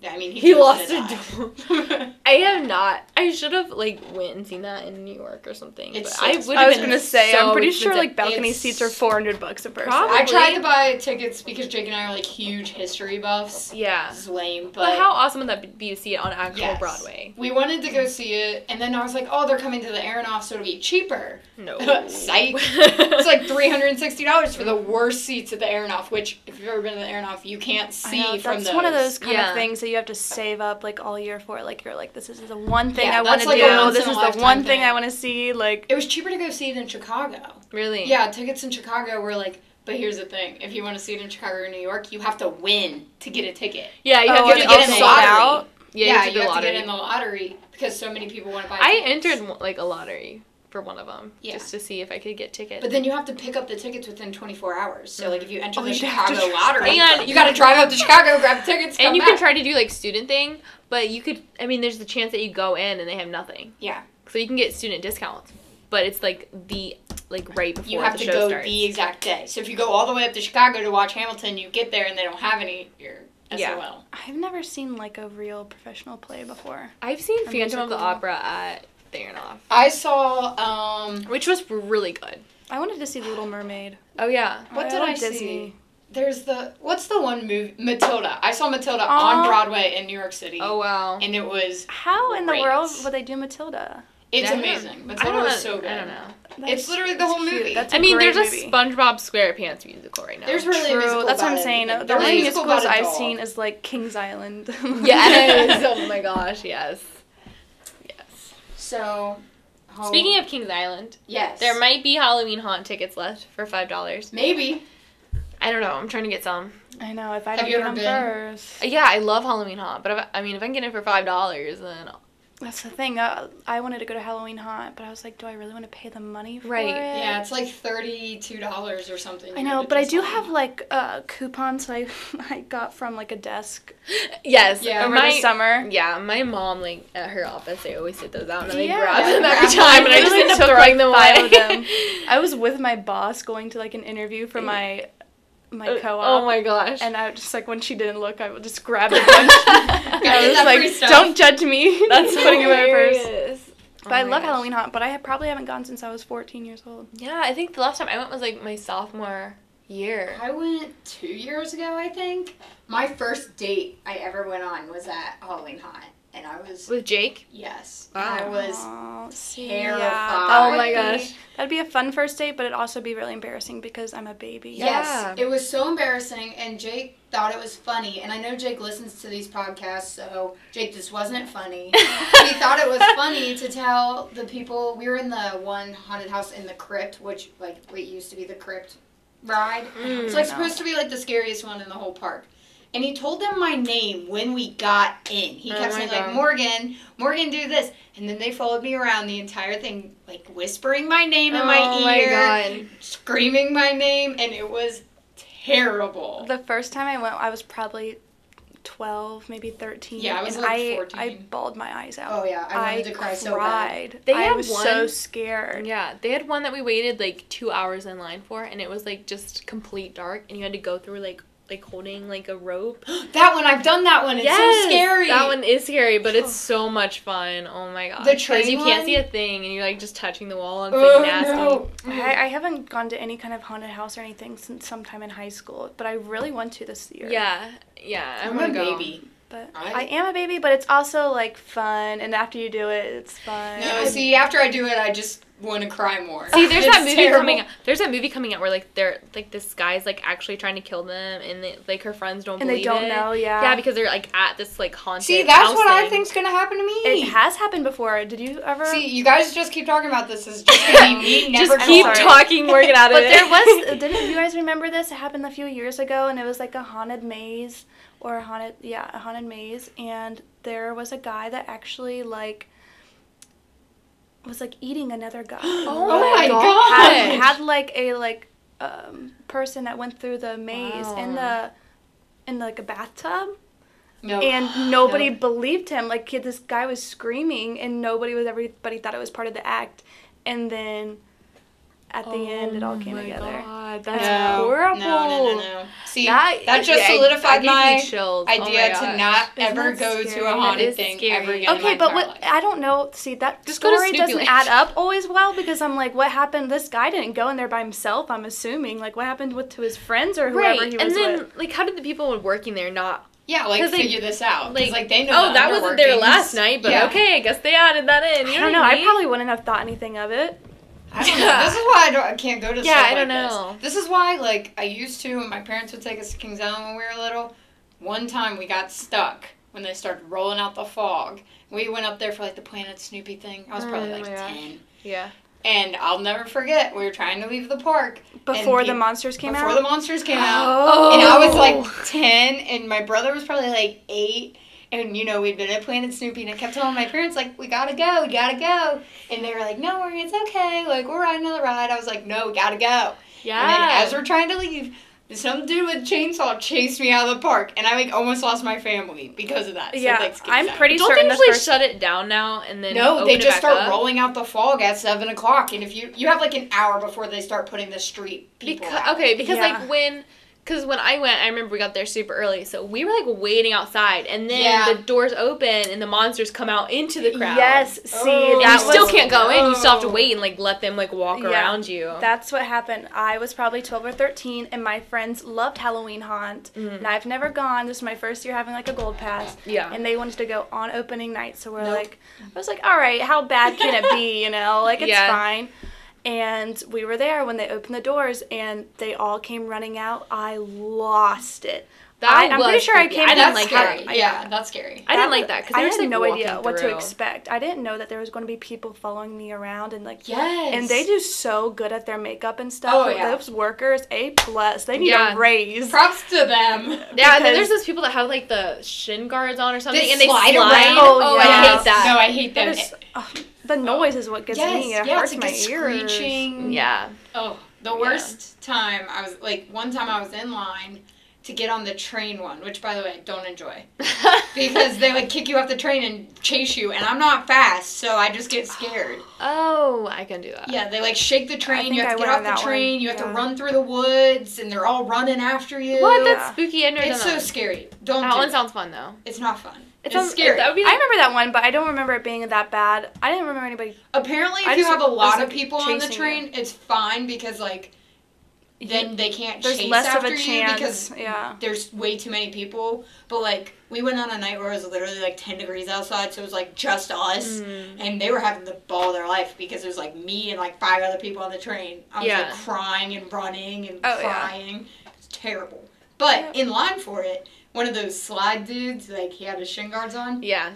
[SPEAKER 2] Yeah, I mean, he,
[SPEAKER 1] He
[SPEAKER 2] chose
[SPEAKER 1] lost
[SPEAKER 2] to
[SPEAKER 1] a
[SPEAKER 2] die.
[SPEAKER 1] duel. I have not. I should have like went and seen that in New York or something.
[SPEAKER 2] It's
[SPEAKER 1] but
[SPEAKER 2] so
[SPEAKER 1] I
[SPEAKER 2] expensive.
[SPEAKER 1] would.
[SPEAKER 3] I was
[SPEAKER 1] been
[SPEAKER 3] gonna say,
[SPEAKER 1] so
[SPEAKER 3] I'm pretty sure
[SPEAKER 1] expensive.
[SPEAKER 3] like balcony
[SPEAKER 2] It's-
[SPEAKER 3] seats are 400 bucks a person.
[SPEAKER 1] Probably.
[SPEAKER 2] I tried to buy tickets because Jake and I are like huge history buffs.
[SPEAKER 1] Yeah.
[SPEAKER 2] This is lame, but,
[SPEAKER 1] But, how awesome would that be to see it on actual
[SPEAKER 2] Yes.
[SPEAKER 1] Broadway?
[SPEAKER 2] We wanted to go see it, and then I was like, "Oh, they're coming to the Aronoff, so it'll be cheaper."
[SPEAKER 1] No.
[SPEAKER 2] Psych. It's
[SPEAKER 1] it's
[SPEAKER 2] like three hundred and sixty dollars for the worst seats at the Aronoff, which if you've ever been to the Aronoff, you can't
[SPEAKER 3] I
[SPEAKER 2] see
[SPEAKER 3] know,
[SPEAKER 2] from
[SPEAKER 3] that's one of those kind
[SPEAKER 1] Yeah.
[SPEAKER 3] of things that you have to save up like all year for. Like you're like, this is the one thing
[SPEAKER 2] Yeah,
[SPEAKER 3] I want
[SPEAKER 2] that's
[SPEAKER 3] to
[SPEAKER 2] like a
[SPEAKER 3] do.
[SPEAKER 2] once
[SPEAKER 3] This
[SPEAKER 2] in a
[SPEAKER 3] is the
[SPEAKER 2] lifetime
[SPEAKER 3] one thing
[SPEAKER 2] thing.
[SPEAKER 3] I want to see. Like
[SPEAKER 2] It was cheaper to go see it in Chicago.
[SPEAKER 1] really.
[SPEAKER 2] Yeah, tickets in Chicago were like, but here's the thing: if you want to see it in Chicago or New York, you have to win to get a ticket.
[SPEAKER 1] Yeah. You have
[SPEAKER 3] oh,
[SPEAKER 1] to
[SPEAKER 2] it's
[SPEAKER 1] get,
[SPEAKER 2] all
[SPEAKER 1] in the
[SPEAKER 2] sold
[SPEAKER 1] lottery.
[SPEAKER 3] out?
[SPEAKER 1] Yeah, you have to do lottery.
[SPEAKER 2] get in the lottery because so many people want to buy.
[SPEAKER 1] I
[SPEAKER 2] tickets.
[SPEAKER 1] entered one- like a lottery for one of them
[SPEAKER 2] Yeah.
[SPEAKER 1] just to see if I could get tickets.
[SPEAKER 2] But then you have to pick up the tickets within 24 hours. So like if you enter
[SPEAKER 3] Oh,
[SPEAKER 2] the
[SPEAKER 3] you'd have to
[SPEAKER 2] Chicago lottery,
[SPEAKER 1] And-
[SPEAKER 2] you got to drive up to Chicago, grab tickets, come
[SPEAKER 1] and you
[SPEAKER 2] back.
[SPEAKER 1] can try to do like student thing, but you could I mean there's the chance that you go in and they have nothing.
[SPEAKER 2] Yeah,
[SPEAKER 1] So you can get student discounts, but it's like the like right before
[SPEAKER 2] you have
[SPEAKER 1] the
[SPEAKER 2] to
[SPEAKER 1] show
[SPEAKER 2] go
[SPEAKER 1] starts.
[SPEAKER 2] the exact day. So if you go all the way up to Chicago to watch Hamilton, you get there and they don't have any. You're SOL.
[SPEAKER 1] Yeah.
[SPEAKER 3] I've never seen like a real professional play before.
[SPEAKER 1] I've seen
[SPEAKER 3] A
[SPEAKER 1] Phantom of the
[SPEAKER 3] musical.
[SPEAKER 1] Opera at Theranoff,
[SPEAKER 2] I saw. um
[SPEAKER 1] which was really good.
[SPEAKER 3] I wanted to see The Little Mermaid.
[SPEAKER 1] Oh yeah.
[SPEAKER 2] What
[SPEAKER 3] I
[SPEAKER 2] did
[SPEAKER 3] love
[SPEAKER 2] I
[SPEAKER 3] Disney.
[SPEAKER 2] see? There's the what's the one movie Matilda. I saw Matilda on
[SPEAKER 3] Aw.
[SPEAKER 2] Broadway in New York City.
[SPEAKER 1] Oh wow.
[SPEAKER 2] and it was
[SPEAKER 3] How in the
[SPEAKER 2] Great.
[SPEAKER 3] world would they do Matilda?
[SPEAKER 2] it's
[SPEAKER 1] Yeah.
[SPEAKER 2] amazing.
[SPEAKER 1] I
[SPEAKER 2] Matilda
[SPEAKER 1] don't know.
[SPEAKER 2] was so good.
[SPEAKER 1] I don't know.
[SPEAKER 2] It's literally the
[SPEAKER 3] that's
[SPEAKER 2] whole movie.
[SPEAKER 3] That's a
[SPEAKER 1] I mean,
[SPEAKER 3] great
[SPEAKER 1] there's a
[SPEAKER 3] movie.
[SPEAKER 1] SpongeBob SquarePants musical right now.
[SPEAKER 2] There's really a
[SPEAKER 3] True.
[SPEAKER 2] musical
[SPEAKER 3] That's what I'm
[SPEAKER 2] about
[SPEAKER 3] saying.
[SPEAKER 2] anything.
[SPEAKER 3] The
[SPEAKER 2] There's a
[SPEAKER 3] only
[SPEAKER 2] musical about
[SPEAKER 3] musicals
[SPEAKER 2] a
[SPEAKER 3] I've
[SPEAKER 2] doll.
[SPEAKER 3] seen is like King's Island.
[SPEAKER 1] yes. oh my gosh. Yes. Yes.
[SPEAKER 2] So how-
[SPEAKER 1] Speaking of Kings Island,
[SPEAKER 2] yes,
[SPEAKER 1] there might be Halloween haunt tickets left for five dollars.
[SPEAKER 2] maybe
[SPEAKER 1] I don't know. I'm trying to get some.
[SPEAKER 3] I know. If I
[SPEAKER 2] Have
[SPEAKER 3] don't
[SPEAKER 2] you
[SPEAKER 3] get
[SPEAKER 2] ever
[SPEAKER 3] them
[SPEAKER 2] been?
[SPEAKER 3] first,
[SPEAKER 1] Uh, Yeah, I love Halloween haunt, but if, I mean, if I can get it for five dollars, then
[SPEAKER 3] that's the thing. I, I wanted to go to Halloween Haunt, but I was like, do I really want to pay the money for
[SPEAKER 1] Right.
[SPEAKER 3] it?
[SPEAKER 2] yeah, it's like thirty two dollars or something.
[SPEAKER 3] I
[SPEAKER 2] You
[SPEAKER 3] know,
[SPEAKER 2] get
[SPEAKER 3] but I
[SPEAKER 2] this
[SPEAKER 3] do
[SPEAKER 2] on.
[SPEAKER 3] have like uh, coupons I I got from like a desk
[SPEAKER 1] yes,
[SPEAKER 2] Yeah,
[SPEAKER 1] uh,
[SPEAKER 3] over
[SPEAKER 1] my
[SPEAKER 3] the summer.
[SPEAKER 1] yeah, my mom like at her office, they always sit those out and they
[SPEAKER 3] Yeah.
[SPEAKER 1] grab them
[SPEAKER 2] Yeah,
[SPEAKER 1] every
[SPEAKER 2] grab
[SPEAKER 1] time,
[SPEAKER 2] them.
[SPEAKER 1] and I just
[SPEAKER 3] Literally
[SPEAKER 1] end up
[SPEAKER 3] took,
[SPEAKER 1] throwing
[SPEAKER 3] like,
[SPEAKER 1] them
[SPEAKER 3] five
[SPEAKER 1] away.
[SPEAKER 3] of them. I was with my boss going to like an interview for my my
[SPEAKER 1] Uh,
[SPEAKER 3] co-op.
[SPEAKER 1] Oh my gosh!
[SPEAKER 3] And I just like when she didn't look, I would just grab a bunch.
[SPEAKER 2] Yeah,
[SPEAKER 3] I
[SPEAKER 2] is
[SPEAKER 3] was
[SPEAKER 2] that free
[SPEAKER 3] like,
[SPEAKER 2] stuff?
[SPEAKER 3] "Don't judge me."
[SPEAKER 1] that's
[SPEAKER 3] putting it in my purse.
[SPEAKER 1] hilarious. Oh
[SPEAKER 3] But I love Halloween Haunt, but I ha- probably haven't gone since I was 14 years old.
[SPEAKER 1] Yeah, I think the last time I went was like my sophomore year.
[SPEAKER 2] I went two years ago, I think. My first date I ever went on was at Halloween Haunt, and I was
[SPEAKER 1] with Jake.
[SPEAKER 2] yes,
[SPEAKER 1] Wow.
[SPEAKER 2] I was
[SPEAKER 3] Aw, see,
[SPEAKER 2] terrified.
[SPEAKER 3] that
[SPEAKER 1] Oh
[SPEAKER 3] would
[SPEAKER 1] my
[SPEAKER 3] be-
[SPEAKER 1] gosh.
[SPEAKER 3] that'd be a fun first date, but it'd also be really embarrassing because I'm a baby.
[SPEAKER 2] Yes,
[SPEAKER 1] Yeah.
[SPEAKER 2] it was so embarrassing, and Jake thought it was funny. And I know Jake listens to these podcasts, so Jake, this wasn't funny. he thought it was funny to tell the people we were in the one haunted house in the crypt, which like what used to be the crypt ride.
[SPEAKER 1] Mm.
[SPEAKER 2] It's like supposed to be like the scariest one in the whole park. and he told them my name when we got in. He
[SPEAKER 1] Oh
[SPEAKER 2] kept
[SPEAKER 1] my
[SPEAKER 2] saying
[SPEAKER 1] God.
[SPEAKER 2] like Morgan, Morgan, do this, and then they followed me around the entire thing, like whispering my name in my
[SPEAKER 1] Oh
[SPEAKER 2] ear,
[SPEAKER 1] my
[SPEAKER 2] screaming my name, and it was terrible.
[SPEAKER 3] The first time I went, I was probably 12, maybe 13.
[SPEAKER 2] Yeah, I was,
[SPEAKER 3] and
[SPEAKER 2] like,
[SPEAKER 3] I,
[SPEAKER 2] 14.
[SPEAKER 3] I bawled my eyes out.
[SPEAKER 2] oh yeah, I wanted to cry
[SPEAKER 3] cried.
[SPEAKER 2] so bad.
[SPEAKER 1] They
[SPEAKER 3] I
[SPEAKER 1] had
[SPEAKER 3] was
[SPEAKER 1] one-
[SPEAKER 3] so
[SPEAKER 1] god.
[SPEAKER 3] scared.
[SPEAKER 1] Yeah, they had one that we waited like two hours in line for, and it was like just complete dark, and you had to go through like like holding like a rope.
[SPEAKER 2] That one, I've done that one. It's so scary.
[SPEAKER 1] That one is scary, but it's so much fun. Oh my god.
[SPEAKER 2] The
[SPEAKER 1] 'Cause
[SPEAKER 2] train
[SPEAKER 1] you can't
[SPEAKER 2] one?
[SPEAKER 1] see a thing, and you're like just touching the wall, and it's
[SPEAKER 2] Oh,
[SPEAKER 1] like nasty.
[SPEAKER 2] no.
[SPEAKER 3] I, I haven't gone to any kind of haunted house or anything since sometime in high school, but I really want to this year.
[SPEAKER 1] Yeah, yeah. I
[SPEAKER 2] I'm
[SPEAKER 1] want
[SPEAKER 2] a
[SPEAKER 1] to go.
[SPEAKER 2] baby.
[SPEAKER 3] But
[SPEAKER 2] I-
[SPEAKER 3] I am a baby, but it's also like fun, and after you do it, it's fun.
[SPEAKER 2] No, see, after I do it, I just want to cry more.
[SPEAKER 1] See, there's
[SPEAKER 2] It's
[SPEAKER 1] that movie
[SPEAKER 2] terrible.
[SPEAKER 1] coming. out. There's that movie coming out where like they're like this guy's like actually trying to kill them, and they, like her friends don't
[SPEAKER 3] and they
[SPEAKER 1] believe
[SPEAKER 3] don't
[SPEAKER 1] it.
[SPEAKER 3] know,
[SPEAKER 1] Yeah.
[SPEAKER 3] yeah.
[SPEAKER 1] because they're like at this like haunted.
[SPEAKER 2] See, that's
[SPEAKER 1] house
[SPEAKER 2] what I
[SPEAKER 1] thing.
[SPEAKER 2] think's gonna happen to me.
[SPEAKER 3] it has happened before. Did you ever?
[SPEAKER 2] See, you guys just keep talking about this. It's just gonna be me never
[SPEAKER 1] Just keep
[SPEAKER 2] going.
[SPEAKER 1] talking, working out of
[SPEAKER 3] but
[SPEAKER 1] it.
[SPEAKER 3] there was didn't you guys remember this? It happened a few years ago, and it was like a haunted maze or a haunted yeah a haunted maze, and there was a guy that actually like was like eating another guy.
[SPEAKER 1] Oh,
[SPEAKER 2] my
[SPEAKER 1] my
[SPEAKER 2] God.
[SPEAKER 1] god.
[SPEAKER 3] had, had like a like um, person that went through the maze in
[SPEAKER 1] Wow. Oh
[SPEAKER 3] the in like a bathtub
[SPEAKER 2] No.
[SPEAKER 3] and nobody believed him like kid, this guy was screaming and nobody was everybody thought it was part of the act and then at the
[SPEAKER 1] Oh
[SPEAKER 3] end it all came together
[SPEAKER 1] God, that's
[SPEAKER 2] no,
[SPEAKER 1] horrible.
[SPEAKER 2] No, no, no, no. See, that,
[SPEAKER 1] That,
[SPEAKER 2] just
[SPEAKER 1] yeah, I- that gave
[SPEAKER 2] solidified
[SPEAKER 1] me
[SPEAKER 2] my
[SPEAKER 1] chills. Oh my
[SPEAKER 2] idea to
[SPEAKER 1] gosh.
[SPEAKER 2] not
[SPEAKER 3] Isn't
[SPEAKER 2] ever
[SPEAKER 3] that
[SPEAKER 2] go to
[SPEAKER 3] scary?
[SPEAKER 2] a
[SPEAKER 3] That
[SPEAKER 2] haunted
[SPEAKER 1] is
[SPEAKER 2] thing
[SPEAKER 1] scary.
[SPEAKER 2] ever again.
[SPEAKER 3] Okay,
[SPEAKER 2] in my
[SPEAKER 3] but
[SPEAKER 2] entire
[SPEAKER 3] what
[SPEAKER 2] life.
[SPEAKER 3] I don't know. See that
[SPEAKER 1] Just go to
[SPEAKER 3] story
[SPEAKER 1] Snoopy
[SPEAKER 3] doesn't
[SPEAKER 1] Land.
[SPEAKER 3] add up always well because I'm like, what happened? This guy didn't go in there by himself. I'm assuming like what happened with to his friends or whoever
[SPEAKER 1] Right,
[SPEAKER 3] he was
[SPEAKER 1] and then
[SPEAKER 3] with.
[SPEAKER 1] like, how did the people working there not?
[SPEAKER 2] yeah, like
[SPEAKER 1] 'cause, like-
[SPEAKER 2] figure this out. 'Cause,
[SPEAKER 1] like,
[SPEAKER 2] Like, they know.
[SPEAKER 1] oh,
[SPEAKER 2] the
[SPEAKER 1] that wasn't there
[SPEAKER 2] underworkings.
[SPEAKER 1] last night, but
[SPEAKER 2] Yeah.
[SPEAKER 1] okay, I guess they added that in. You
[SPEAKER 3] I
[SPEAKER 1] what
[SPEAKER 3] don't know. I
[SPEAKER 1] mean?
[SPEAKER 3] probably wouldn't have thought anything of it.
[SPEAKER 2] I don't know. This is why I, don't, I can't go to
[SPEAKER 1] Yeah,
[SPEAKER 2] stuff
[SPEAKER 1] I
[SPEAKER 2] like
[SPEAKER 1] don't know.
[SPEAKER 2] This. this is why, like, I used to, and my parents would take us to Kings Island when we were little. One time we got stuck when they started rolling out the fog. We went up there for, like, the Planet Snoopy thing. I was probably,
[SPEAKER 1] Oh
[SPEAKER 2] like,
[SPEAKER 1] my gosh.
[SPEAKER 2] 10.
[SPEAKER 1] Yeah.
[SPEAKER 2] And I'll never forget, we were trying to leave the park
[SPEAKER 3] Before the
[SPEAKER 2] peop-
[SPEAKER 3] monsters came
[SPEAKER 2] before
[SPEAKER 3] out.
[SPEAKER 2] the monsters came out.
[SPEAKER 1] Oh.
[SPEAKER 2] And I was like 10, and my brother was probably like 8. And, you know, we'd been at Planet Snoopy, and I kept telling my parents, like, we gotta go, we gotta go. And they were like, no worry, it's okay. Like, we're riding another ride. I was like, no, we gotta go. And
[SPEAKER 1] yeah.
[SPEAKER 2] then as we're trying to leave, some dude with a chainsaw chased me out of the park, and I like almost lost my family because of that. So
[SPEAKER 3] yeah,
[SPEAKER 2] thanks,
[SPEAKER 3] I'm
[SPEAKER 2] Kings
[SPEAKER 3] pretty
[SPEAKER 1] don't
[SPEAKER 3] certain
[SPEAKER 1] they
[SPEAKER 3] the
[SPEAKER 1] usually
[SPEAKER 3] first
[SPEAKER 1] shut it down now and then?
[SPEAKER 2] Island. No,
[SPEAKER 1] open
[SPEAKER 2] they
[SPEAKER 1] it
[SPEAKER 2] just
[SPEAKER 1] back
[SPEAKER 2] start
[SPEAKER 1] up?
[SPEAKER 2] rolling out the fog at seven o'clock, and if you you have like an hour before they start putting the street people.
[SPEAKER 1] Because
[SPEAKER 2] out.
[SPEAKER 1] okay, because
[SPEAKER 3] Yeah.
[SPEAKER 1] like when. Because when I went, I remember we got there super early, so we were like waiting outside, and then
[SPEAKER 2] Yeah.
[SPEAKER 1] the doors open and the monsters come out into the crowd.
[SPEAKER 3] Yes, see,
[SPEAKER 1] and
[SPEAKER 2] Oh.
[SPEAKER 1] you
[SPEAKER 3] that
[SPEAKER 2] You
[SPEAKER 3] was
[SPEAKER 1] still can't go in. You still have to
[SPEAKER 2] Oh.
[SPEAKER 1] wait and like let them like walk
[SPEAKER 3] Yeah.
[SPEAKER 1] around you.
[SPEAKER 3] That's what happened. I was probably 12 or 13, and my friends loved Halloween Haunt. And I've never gone. This is my first year having like a gold pass.
[SPEAKER 1] Mm. Yeah.
[SPEAKER 3] And they wanted to go on opening night. So we're
[SPEAKER 2] Nope.
[SPEAKER 3] like, I was like, all right, how bad can it be? You know, like it's
[SPEAKER 1] Yeah.
[SPEAKER 3] fine. And we were there when they opened the doors, and they all came running out. I lost it.
[SPEAKER 1] That
[SPEAKER 3] I, I'm
[SPEAKER 1] was
[SPEAKER 3] pretty sure I
[SPEAKER 1] creepy.
[SPEAKER 3] came.
[SPEAKER 1] I
[SPEAKER 3] in
[SPEAKER 1] didn't
[SPEAKER 2] that's
[SPEAKER 1] like
[SPEAKER 2] scary.
[SPEAKER 1] that.
[SPEAKER 2] Yeah, that's scary.
[SPEAKER 1] I didn't
[SPEAKER 3] was-
[SPEAKER 1] like that because
[SPEAKER 3] I
[SPEAKER 1] they were
[SPEAKER 3] had
[SPEAKER 1] just like
[SPEAKER 3] no
[SPEAKER 1] walking
[SPEAKER 3] idea what to
[SPEAKER 1] through.
[SPEAKER 3] expect. I didn't know that there was going to be people following me around and like
[SPEAKER 2] Yes.
[SPEAKER 3] and they do so good at their makeup and stuff.
[SPEAKER 2] Oh,
[SPEAKER 3] Like,
[SPEAKER 2] yeah.
[SPEAKER 3] Those workers, A plus. They need
[SPEAKER 1] Yeah.
[SPEAKER 3] a raise.
[SPEAKER 2] Props to them.
[SPEAKER 1] Yeah, and then
[SPEAKER 3] because-
[SPEAKER 1] there's those people that have like the shin guards on or something,
[SPEAKER 2] They
[SPEAKER 1] and they slide.
[SPEAKER 2] slide around.
[SPEAKER 1] Oh,
[SPEAKER 3] Oh,
[SPEAKER 1] I
[SPEAKER 3] yeah.
[SPEAKER 1] hate that.
[SPEAKER 2] No, I hate
[SPEAKER 3] That
[SPEAKER 2] them.
[SPEAKER 3] is, oh, the noise is what gets
[SPEAKER 2] yes,
[SPEAKER 3] me. It
[SPEAKER 2] yeah,
[SPEAKER 3] hurts
[SPEAKER 2] it's like
[SPEAKER 3] my
[SPEAKER 2] a
[SPEAKER 3] ears.
[SPEAKER 2] screeching.
[SPEAKER 1] Yeah.
[SPEAKER 2] Oh, the worst time I was like one time I was in line to get on the train one, which by the way I don't enjoy because they would kick you off the train and chase you, and I'm not fast, so I just get scared.
[SPEAKER 1] oh, I can do that.
[SPEAKER 2] Yeah, they like shake the train,
[SPEAKER 3] think
[SPEAKER 2] you have
[SPEAKER 3] I
[SPEAKER 2] to get
[SPEAKER 3] went
[SPEAKER 2] off
[SPEAKER 3] on
[SPEAKER 2] the
[SPEAKER 3] that one.
[SPEAKER 2] train, you have to
[SPEAKER 3] Yeah.
[SPEAKER 2] run through the woods, and they're all running after you.
[SPEAKER 1] What? That's
[SPEAKER 3] Yeah.
[SPEAKER 1] spooky. I never
[SPEAKER 2] it's
[SPEAKER 1] done
[SPEAKER 2] so
[SPEAKER 1] that.
[SPEAKER 2] scary. Don't.
[SPEAKER 1] That
[SPEAKER 2] do
[SPEAKER 1] one
[SPEAKER 2] it.
[SPEAKER 1] sounds fun though.
[SPEAKER 2] It's not fun.
[SPEAKER 1] It
[SPEAKER 2] It's,
[SPEAKER 1] sounds
[SPEAKER 2] scary.
[SPEAKER 1] That would be
[SPEAKER 3] I
[SPEAKER 1] like,
[SPEAKER 3] remember that one, but I don't remember it being that bad. I didn't remember anybody.
[SPEAKER 2] Apparently,
[SPEAKER 3] I
[SPEAKER 2] if you
[SPEAKER 3] just
[SPEAKER 2] have a lot
[SPEAKER 3] was,
[SPEAKER 2] of
[SPEAKER 3] like,
[SPEAKER 2] people on the
[SPEAKER 3] chasing you.
[SPEAKER 2] train, it's fine because like then they can't
[SPEAKER 3] There's
[SPEAKER 2] chase
[SPEAKER 3] less of
[SPEAKER 2] after
[SPEAKER 3] a
[SPEAKER 2] you
[SPEAKER 3] chance.
[SPEAKER 2] because
[SPEAKER 3] yeah.
[SPEAKER 2] there's way too many people. But like we went on a night where it was literally like ten degrees outside, so it was like just us,
[SPEAKER 3] Mm.
[SPEAKER 2] and they were having the ball of their life because it was like me and like five other people on the train. I was
[SPEAKER 1] Yeah.
[SPEAKER 2] like crying and running and
[SPEAKER 3] Oh, yeah.
[SPEAKER 2] crying. It's terrible. But in line for it, one of those slide dudes, like he had his shin guards on.
[SPEAKER 1] Yeah.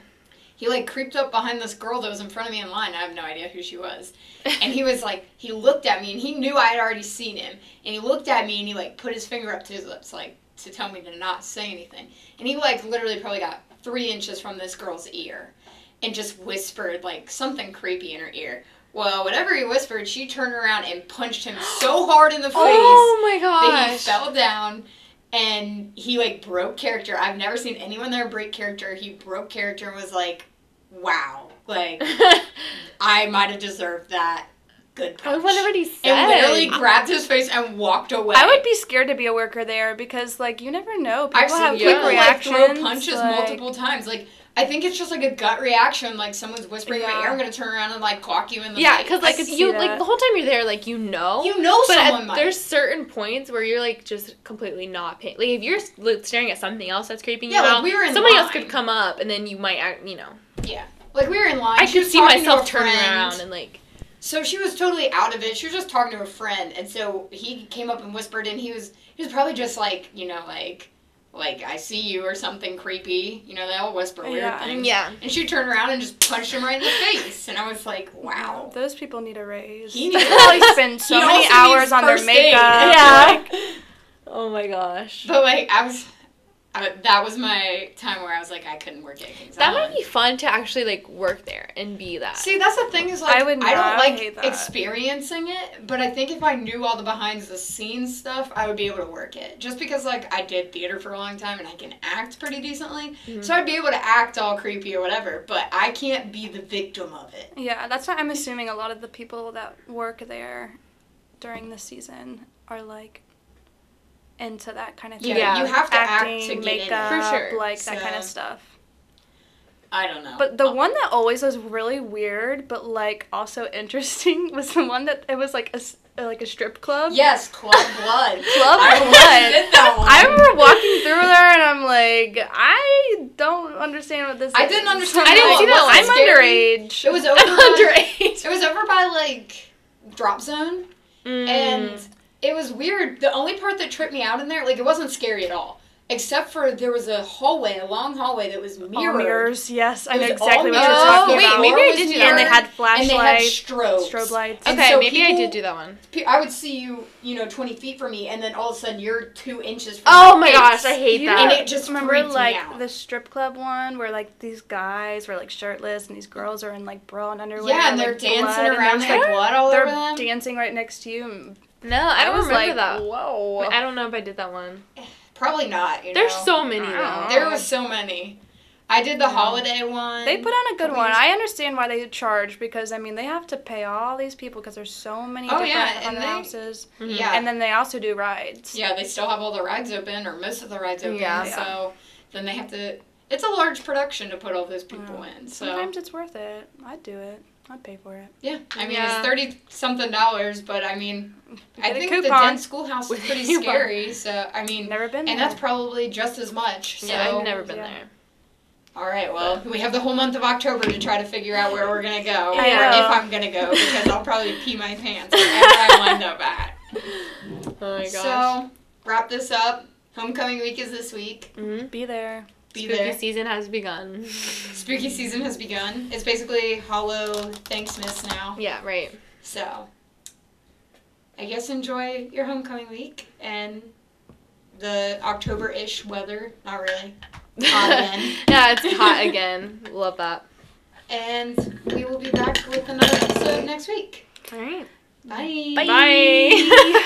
[SPEAKER 2] He like creeped up behind this girl that was in front of me in line. I have no idea who she was. And he was like, he looked at me and he knew I had already seen him. And he looked at me and he like put his finger up to his lips, like, to tell me to not say anything. And he like literally probably got three inches from this girl's ear and just whispered like something creepy in her ear. Well, whatever he whispered, she turned around and punched him so hard in the face
[SPEAKER 1] Oh my
[SPEAKER 2] that he
[SPEAKER 1] gosh.
[SPEAKER 2] fell down and he like broke character. I've never seen anyone there break character. He broke character and was like, Wow. Like I might have deserved that good
[SPEAKER 1] I
[SPEAKER 2] punch.
[SPEAKER 1] wonder what he said.
[SPEAKER 2] and literally grabbed his face and walked away.
[SPEAKER 3] I would be scared to be a worker there because like you never know. People
[SPEAKER 2] I've seen
[SPEAKER 3] have
[SPEAKER 2] people
[SPEAKER 3] quick reactions.
[SPEAKER 2] like throw punches
[SPEAKER 3] like-
[SPEAKER 2] multiple times. Like I think it's just like a gut reaction. Like someone's whispering in my
[SPEAKER 3] Yeah.
[SPEAKER 2] ear, I'm gonna turn around and like clock you in the
[SPEAKER 1] yeah,
[SPEAKER 2] face.
[SPEAKER 1] because
[SPEAKER 3] I
[SPEAKER 1] like
[SPEAKER 3] could see
[SPEAKER 1] you
[SPEAKER 3] that.
[SPEAKER 1] like the whole time you're there, like you know.
[SPEAKER 2] you know
[SPEAKER 1] but
[SPEAKER 2] someone
[SPEAKER 1] at-
[SPEAKER 2] might.
[SPEAKER 1] there's certain points where you're like just completely not paying. Like if you're s- like, staring at something else that's creeping
[SPEAKER 2] Yeah,
[SPEAKER 1] you
[SPEAKER 2] like,
[SPEAKER 1] out,
[SPEAKER 2] we were in
[SPEAKER 1] somebody else
[SPEAKER 2] line.
[SPEAKER 1] could come up and then you might, act, you know.
[SPEAKER 2] yeah. Like we were in line.
[SPEAKER 1] I
[SPEAKER 2] she
[SPEAKER 1] could
[SPEAKER 2] was
[SPEAKER 1] see
[SPEAKER 2] talking to
[SPEAKER 1] myself
[SPEAKER 2] a
[SPEAKER 1] turning
[SPEAKER 2] friend.
[SPEAKER 1] around and like.
[SPEAKER 2] So she was totally out of it. She was just talking to a friend, and so he came up and whispered, and he was he was probably just like you know like like I see you or something creepy. You know they all whisper weird
[SPEAKER 3] Yeah.
[SPEAKER 2] things. And she turned around and just punched him right in the face, and I was like, wow.
[SPEAKER 3] Those people need a raise.
[SPEAKER 2] He
[SPEAKER 3] they
[SPEAKER 2] needs-
[SPEAKER 3] probably spend so
[SPEAKER 2] He
[SPEAKER 3] many
[SPEAKER 2] also needs
[SPEAKER 3] hours on their
[SPEAKER 2] first aid.
[SPEAKER 3] makeup.
[SPEAKER 1] Yeah.
[SPEAKER 3] like-
[SPEAKER 1] Oh my gosh.
[SPEAKER 2] But like I was, I, that was my time where I was like I couldn't work at Kings
[SPEAKER 1] That
[SPEAKER 2] Island.
[SPEAKER 1] might be fun to actually like work there and be that.
[SPEAKER 2] See, that's the thing is like I,
[SPEAKER 3] I would
[SPEAKER 2] don't
[SPEAKER 3] not
[SPEAKER 2] like
[SPEAKER 3] hate that.
[SPEAKER 2] experiencing it, but I think if I knew all the behind the scenes stuff, I would be able to work it. Just because like I did theater for a long time and I can act pretty decently,
[SPEAKER 3] Mm-hmm.
[SPEAKER 2] so I'd be able to act all creepy or whatever. But I can't be the victim of it.
[SPEAKER 3] Yeah, that's why I'm assuming a lot of the people that work there during the season are like into that kind of thing.
[SPEAKER 2] Yeah,
[SPEAKER 1] Yeah.
[SPEAKER 2] you have to
[SPEAKER 3] Acting,
[SPEAKER 2] act to get in.
[SPEAKER 3] makeup,
[SPEAKER 2] it.
[SPEAKER 1] For sure.
[SPEAKER 3] like that kind of
[SPEAKER 2] So-
[SPEAKER 3] stuff.
[SPEAKER 2] I don't know.
[SPEAKER 3] But the one that always was really weird, but like also interesting, was the one that it was like a s- uh, like a strip club.
[SPEAKER 2] yes, Club Blood.
[SPEAKER 3] Club
[SPEAKER 2] I almost
[SPEAKER 3] Blood.
[SPEAKER 2] did that one.
[SPEAKER 3] I remember walking through there and I'm like, I don't understand what this.
[SPEAKER 2] I
[SPEAKER 3] is.
[SPEAKER 2] didn't understand
[SPEAKER 3] I didn't
[SPEAKER 1] what
[SPEAKER 3] see
[SPEAKER 1] it was.
[SPEAKER 3] that.
[SPEAKER 2] Scary.
[SPEAKER 3] I'm underage.
[SPEAKER 2] it was over. By,
[SPEAKER 1] underage.
[SPEAKER 2] it was over by like Drop Zone.
[SPEAKER 1] Mm.
[SPEAKER 2] and it was weird. The only part that tripped me out in there, like it wasn't scary at all, except for there was a hallway, a long hallway that was
[SPEAKER 3] All
[SPEAKER 2] mirrored.
[SPEAKER 3] mirrors. Yes, I
[SPEAKER 2] It
[SPEAKER 3] know
[SPEAKER 2] was all
[SPEAKER 3] exactly what you're
[SPEAKER 2] mirrors.
[SPEAKER 3] talking
[SPEAKER 1] Oh, wait,
[SPEAKER 3] about.
[SPEAKER 1] maybe
[SPEAKER 2] Door
[SPEAKER 1] I
[SPEAKER 2] was
[SPEAKER 1] did do that.
[SPEAKER 3] and they had
[SPEAKER 2] And they had
[SPEAKER 3] flashlights,
[SPEAKER 2] strobes.
[SPEAKER 3] strobe lights.
[SPEAKER 2] And
[SPEAKER 1] okay,
[SPEAKER 2] so
[SPEAKER 1] maybe I
[SPEAKER 2] people-
[SPEAKER 1] did do that one.
[SPEAKER 2] Pe- I would see you, you know, twenty feet from me, and then all of a sudden you're two inches. from
[SPEAKER 1] Oh
[SPEAKER 2] face.
[SPEAKER 1] hate
[SPEAKER 3] You
[SPEAKER 2] And
[SPEAKER 3] know,
[SPEAKER 2] it just
[SPEAKER 3] remember
[SPEAKER 2] freaked me
[SPEAKER 3] like
[SPEAKER 2] out.
[SPEAKER 3] the strip club one where like these guys were like shirtless and these girls are in like bra and underwear.
[SPEAKER 2] Yeah, and they're
[SPEAKER 3] like,
[SPEAKER 2] dancing
[SPEAKER 3] blood, and
[SPEAKER 2] around.
[SPEAKER 3] there's,
[SPEAKER 2] Like,
[SPEAKER 3] like,
[SPEAKER 2] blood all
[SPEAKER 3] they're
[SPEAKER 2] over them.
[SPEAKER 3] dancing right next to you. and
[SPEAKER 1] No, I don't
[SPEAKER 3] was
[SPEAKER 1] remember
[SPEAKER 3] like,
[SPEAKER 1] that.
[SPEAKER 3] Whoa.
[SPEAKER 1] I don't know if I did that one.
[SPEAKER 2] Probably not. You
[SPEAKER 1] There's
[SPEAKER 2] know?
[SPEAKER 1] so many
[SPEAKER 3] Wow.
[SPEAKER 1] though.
[SPEAKER 2] There was so many. I did the holiday one.
[SPEAKER 3] They put on a good
[SPEAKER 2] Couple
[SPEAKER 3] one.
[SPEAKER 2] years-
[SPEAKER 3] I understand why they charge because I mean they have to pay all these people because there's so many
[SPEAKER 2] Oh,
[SPEAKER 3] different
[SPEAKER 2] yeah, and
[SPEAKER 3] fun
[SPEAKER 2] they-
[SPEAKER 3] houses,
[SPEAKER 1] Mhm.
[SPEAKER 2] Yeah.
[SPEAKER 3] and then they also do rides.
[SPEAKER 2] Yeah, they still have all the rides open or most of the rides open.
[SPEAKER 1] Yeah.
[SPEAKER 2] So then they have to. It's a large production to put all those people
[SPEAKER 3] Yeah.
[SPEAKER 2] in. So
[SPEAKER 3] Sometimes it's worth it. I'd do it. I'd pay for it.
[SPEAKER 2] yeah, I mean
[SPEAKER 1] Yeah.
[SPEAKER 2] it's thirty something dollars, but I mean I
[SPEAKER 3] Get a
[SPEAKER 2] think the
[SPEAKER 3] coupon.
[SPEAKER 2] Dent schoolhouse is
[SPEAKER 1] With a
[SPEAKER 2] pretty
[SPEAKER 1] coupon.
[SPEAKER 2] scary. So I mean,
[SPEAKER 3] Never been
[SPEAKER 2] Mm. and
[SPEAKER 3] there.
[SPEAKER 2] that's probably just as much. So
[SPEAKER 1] yeah, I've never been
[SPEAKER 3] Yeah.
[SPEAKER 1] there.
[SPEAKER 2] all right, well we have the whole month of October to try to figure out where we're gonna go
[SPEAKER 3] I
[SPEAKER 2] or
[SPEAKER 3] know.
[SPEAKER 2] if I'm gonna go because I'll probably pee my pants wherever I wind up at.
[SPEAKER 1] Oh my gosh.
[SPEAKER 2] So wrap this up. Homecoming week is this week.
[SPEAKER 1] hmm
[SPEAKER 3] Be there.
[SPEAKER 2] Be
[SPEAKER 1] Spooky
[SPEAKER 2] there.
[SPEAKER 1] season has begun.
[SPEAKER 2] Spooky season has begun. It's basically Hollow Thanksmas now.
[SPEAKER 1] yeah, right.
[SPEAKER 2] So, I guess enjoy your homecoming week and the October ish weather. Not really. Amen.
[SPEAKER 1] yeah, it's hot again. Love that.
[SPEAKER 2] And we will be back with another episode next week.
[SPEAKER 1] All right.
[SPEAKER 2] Bye.
[SPEAKER 1] Bye.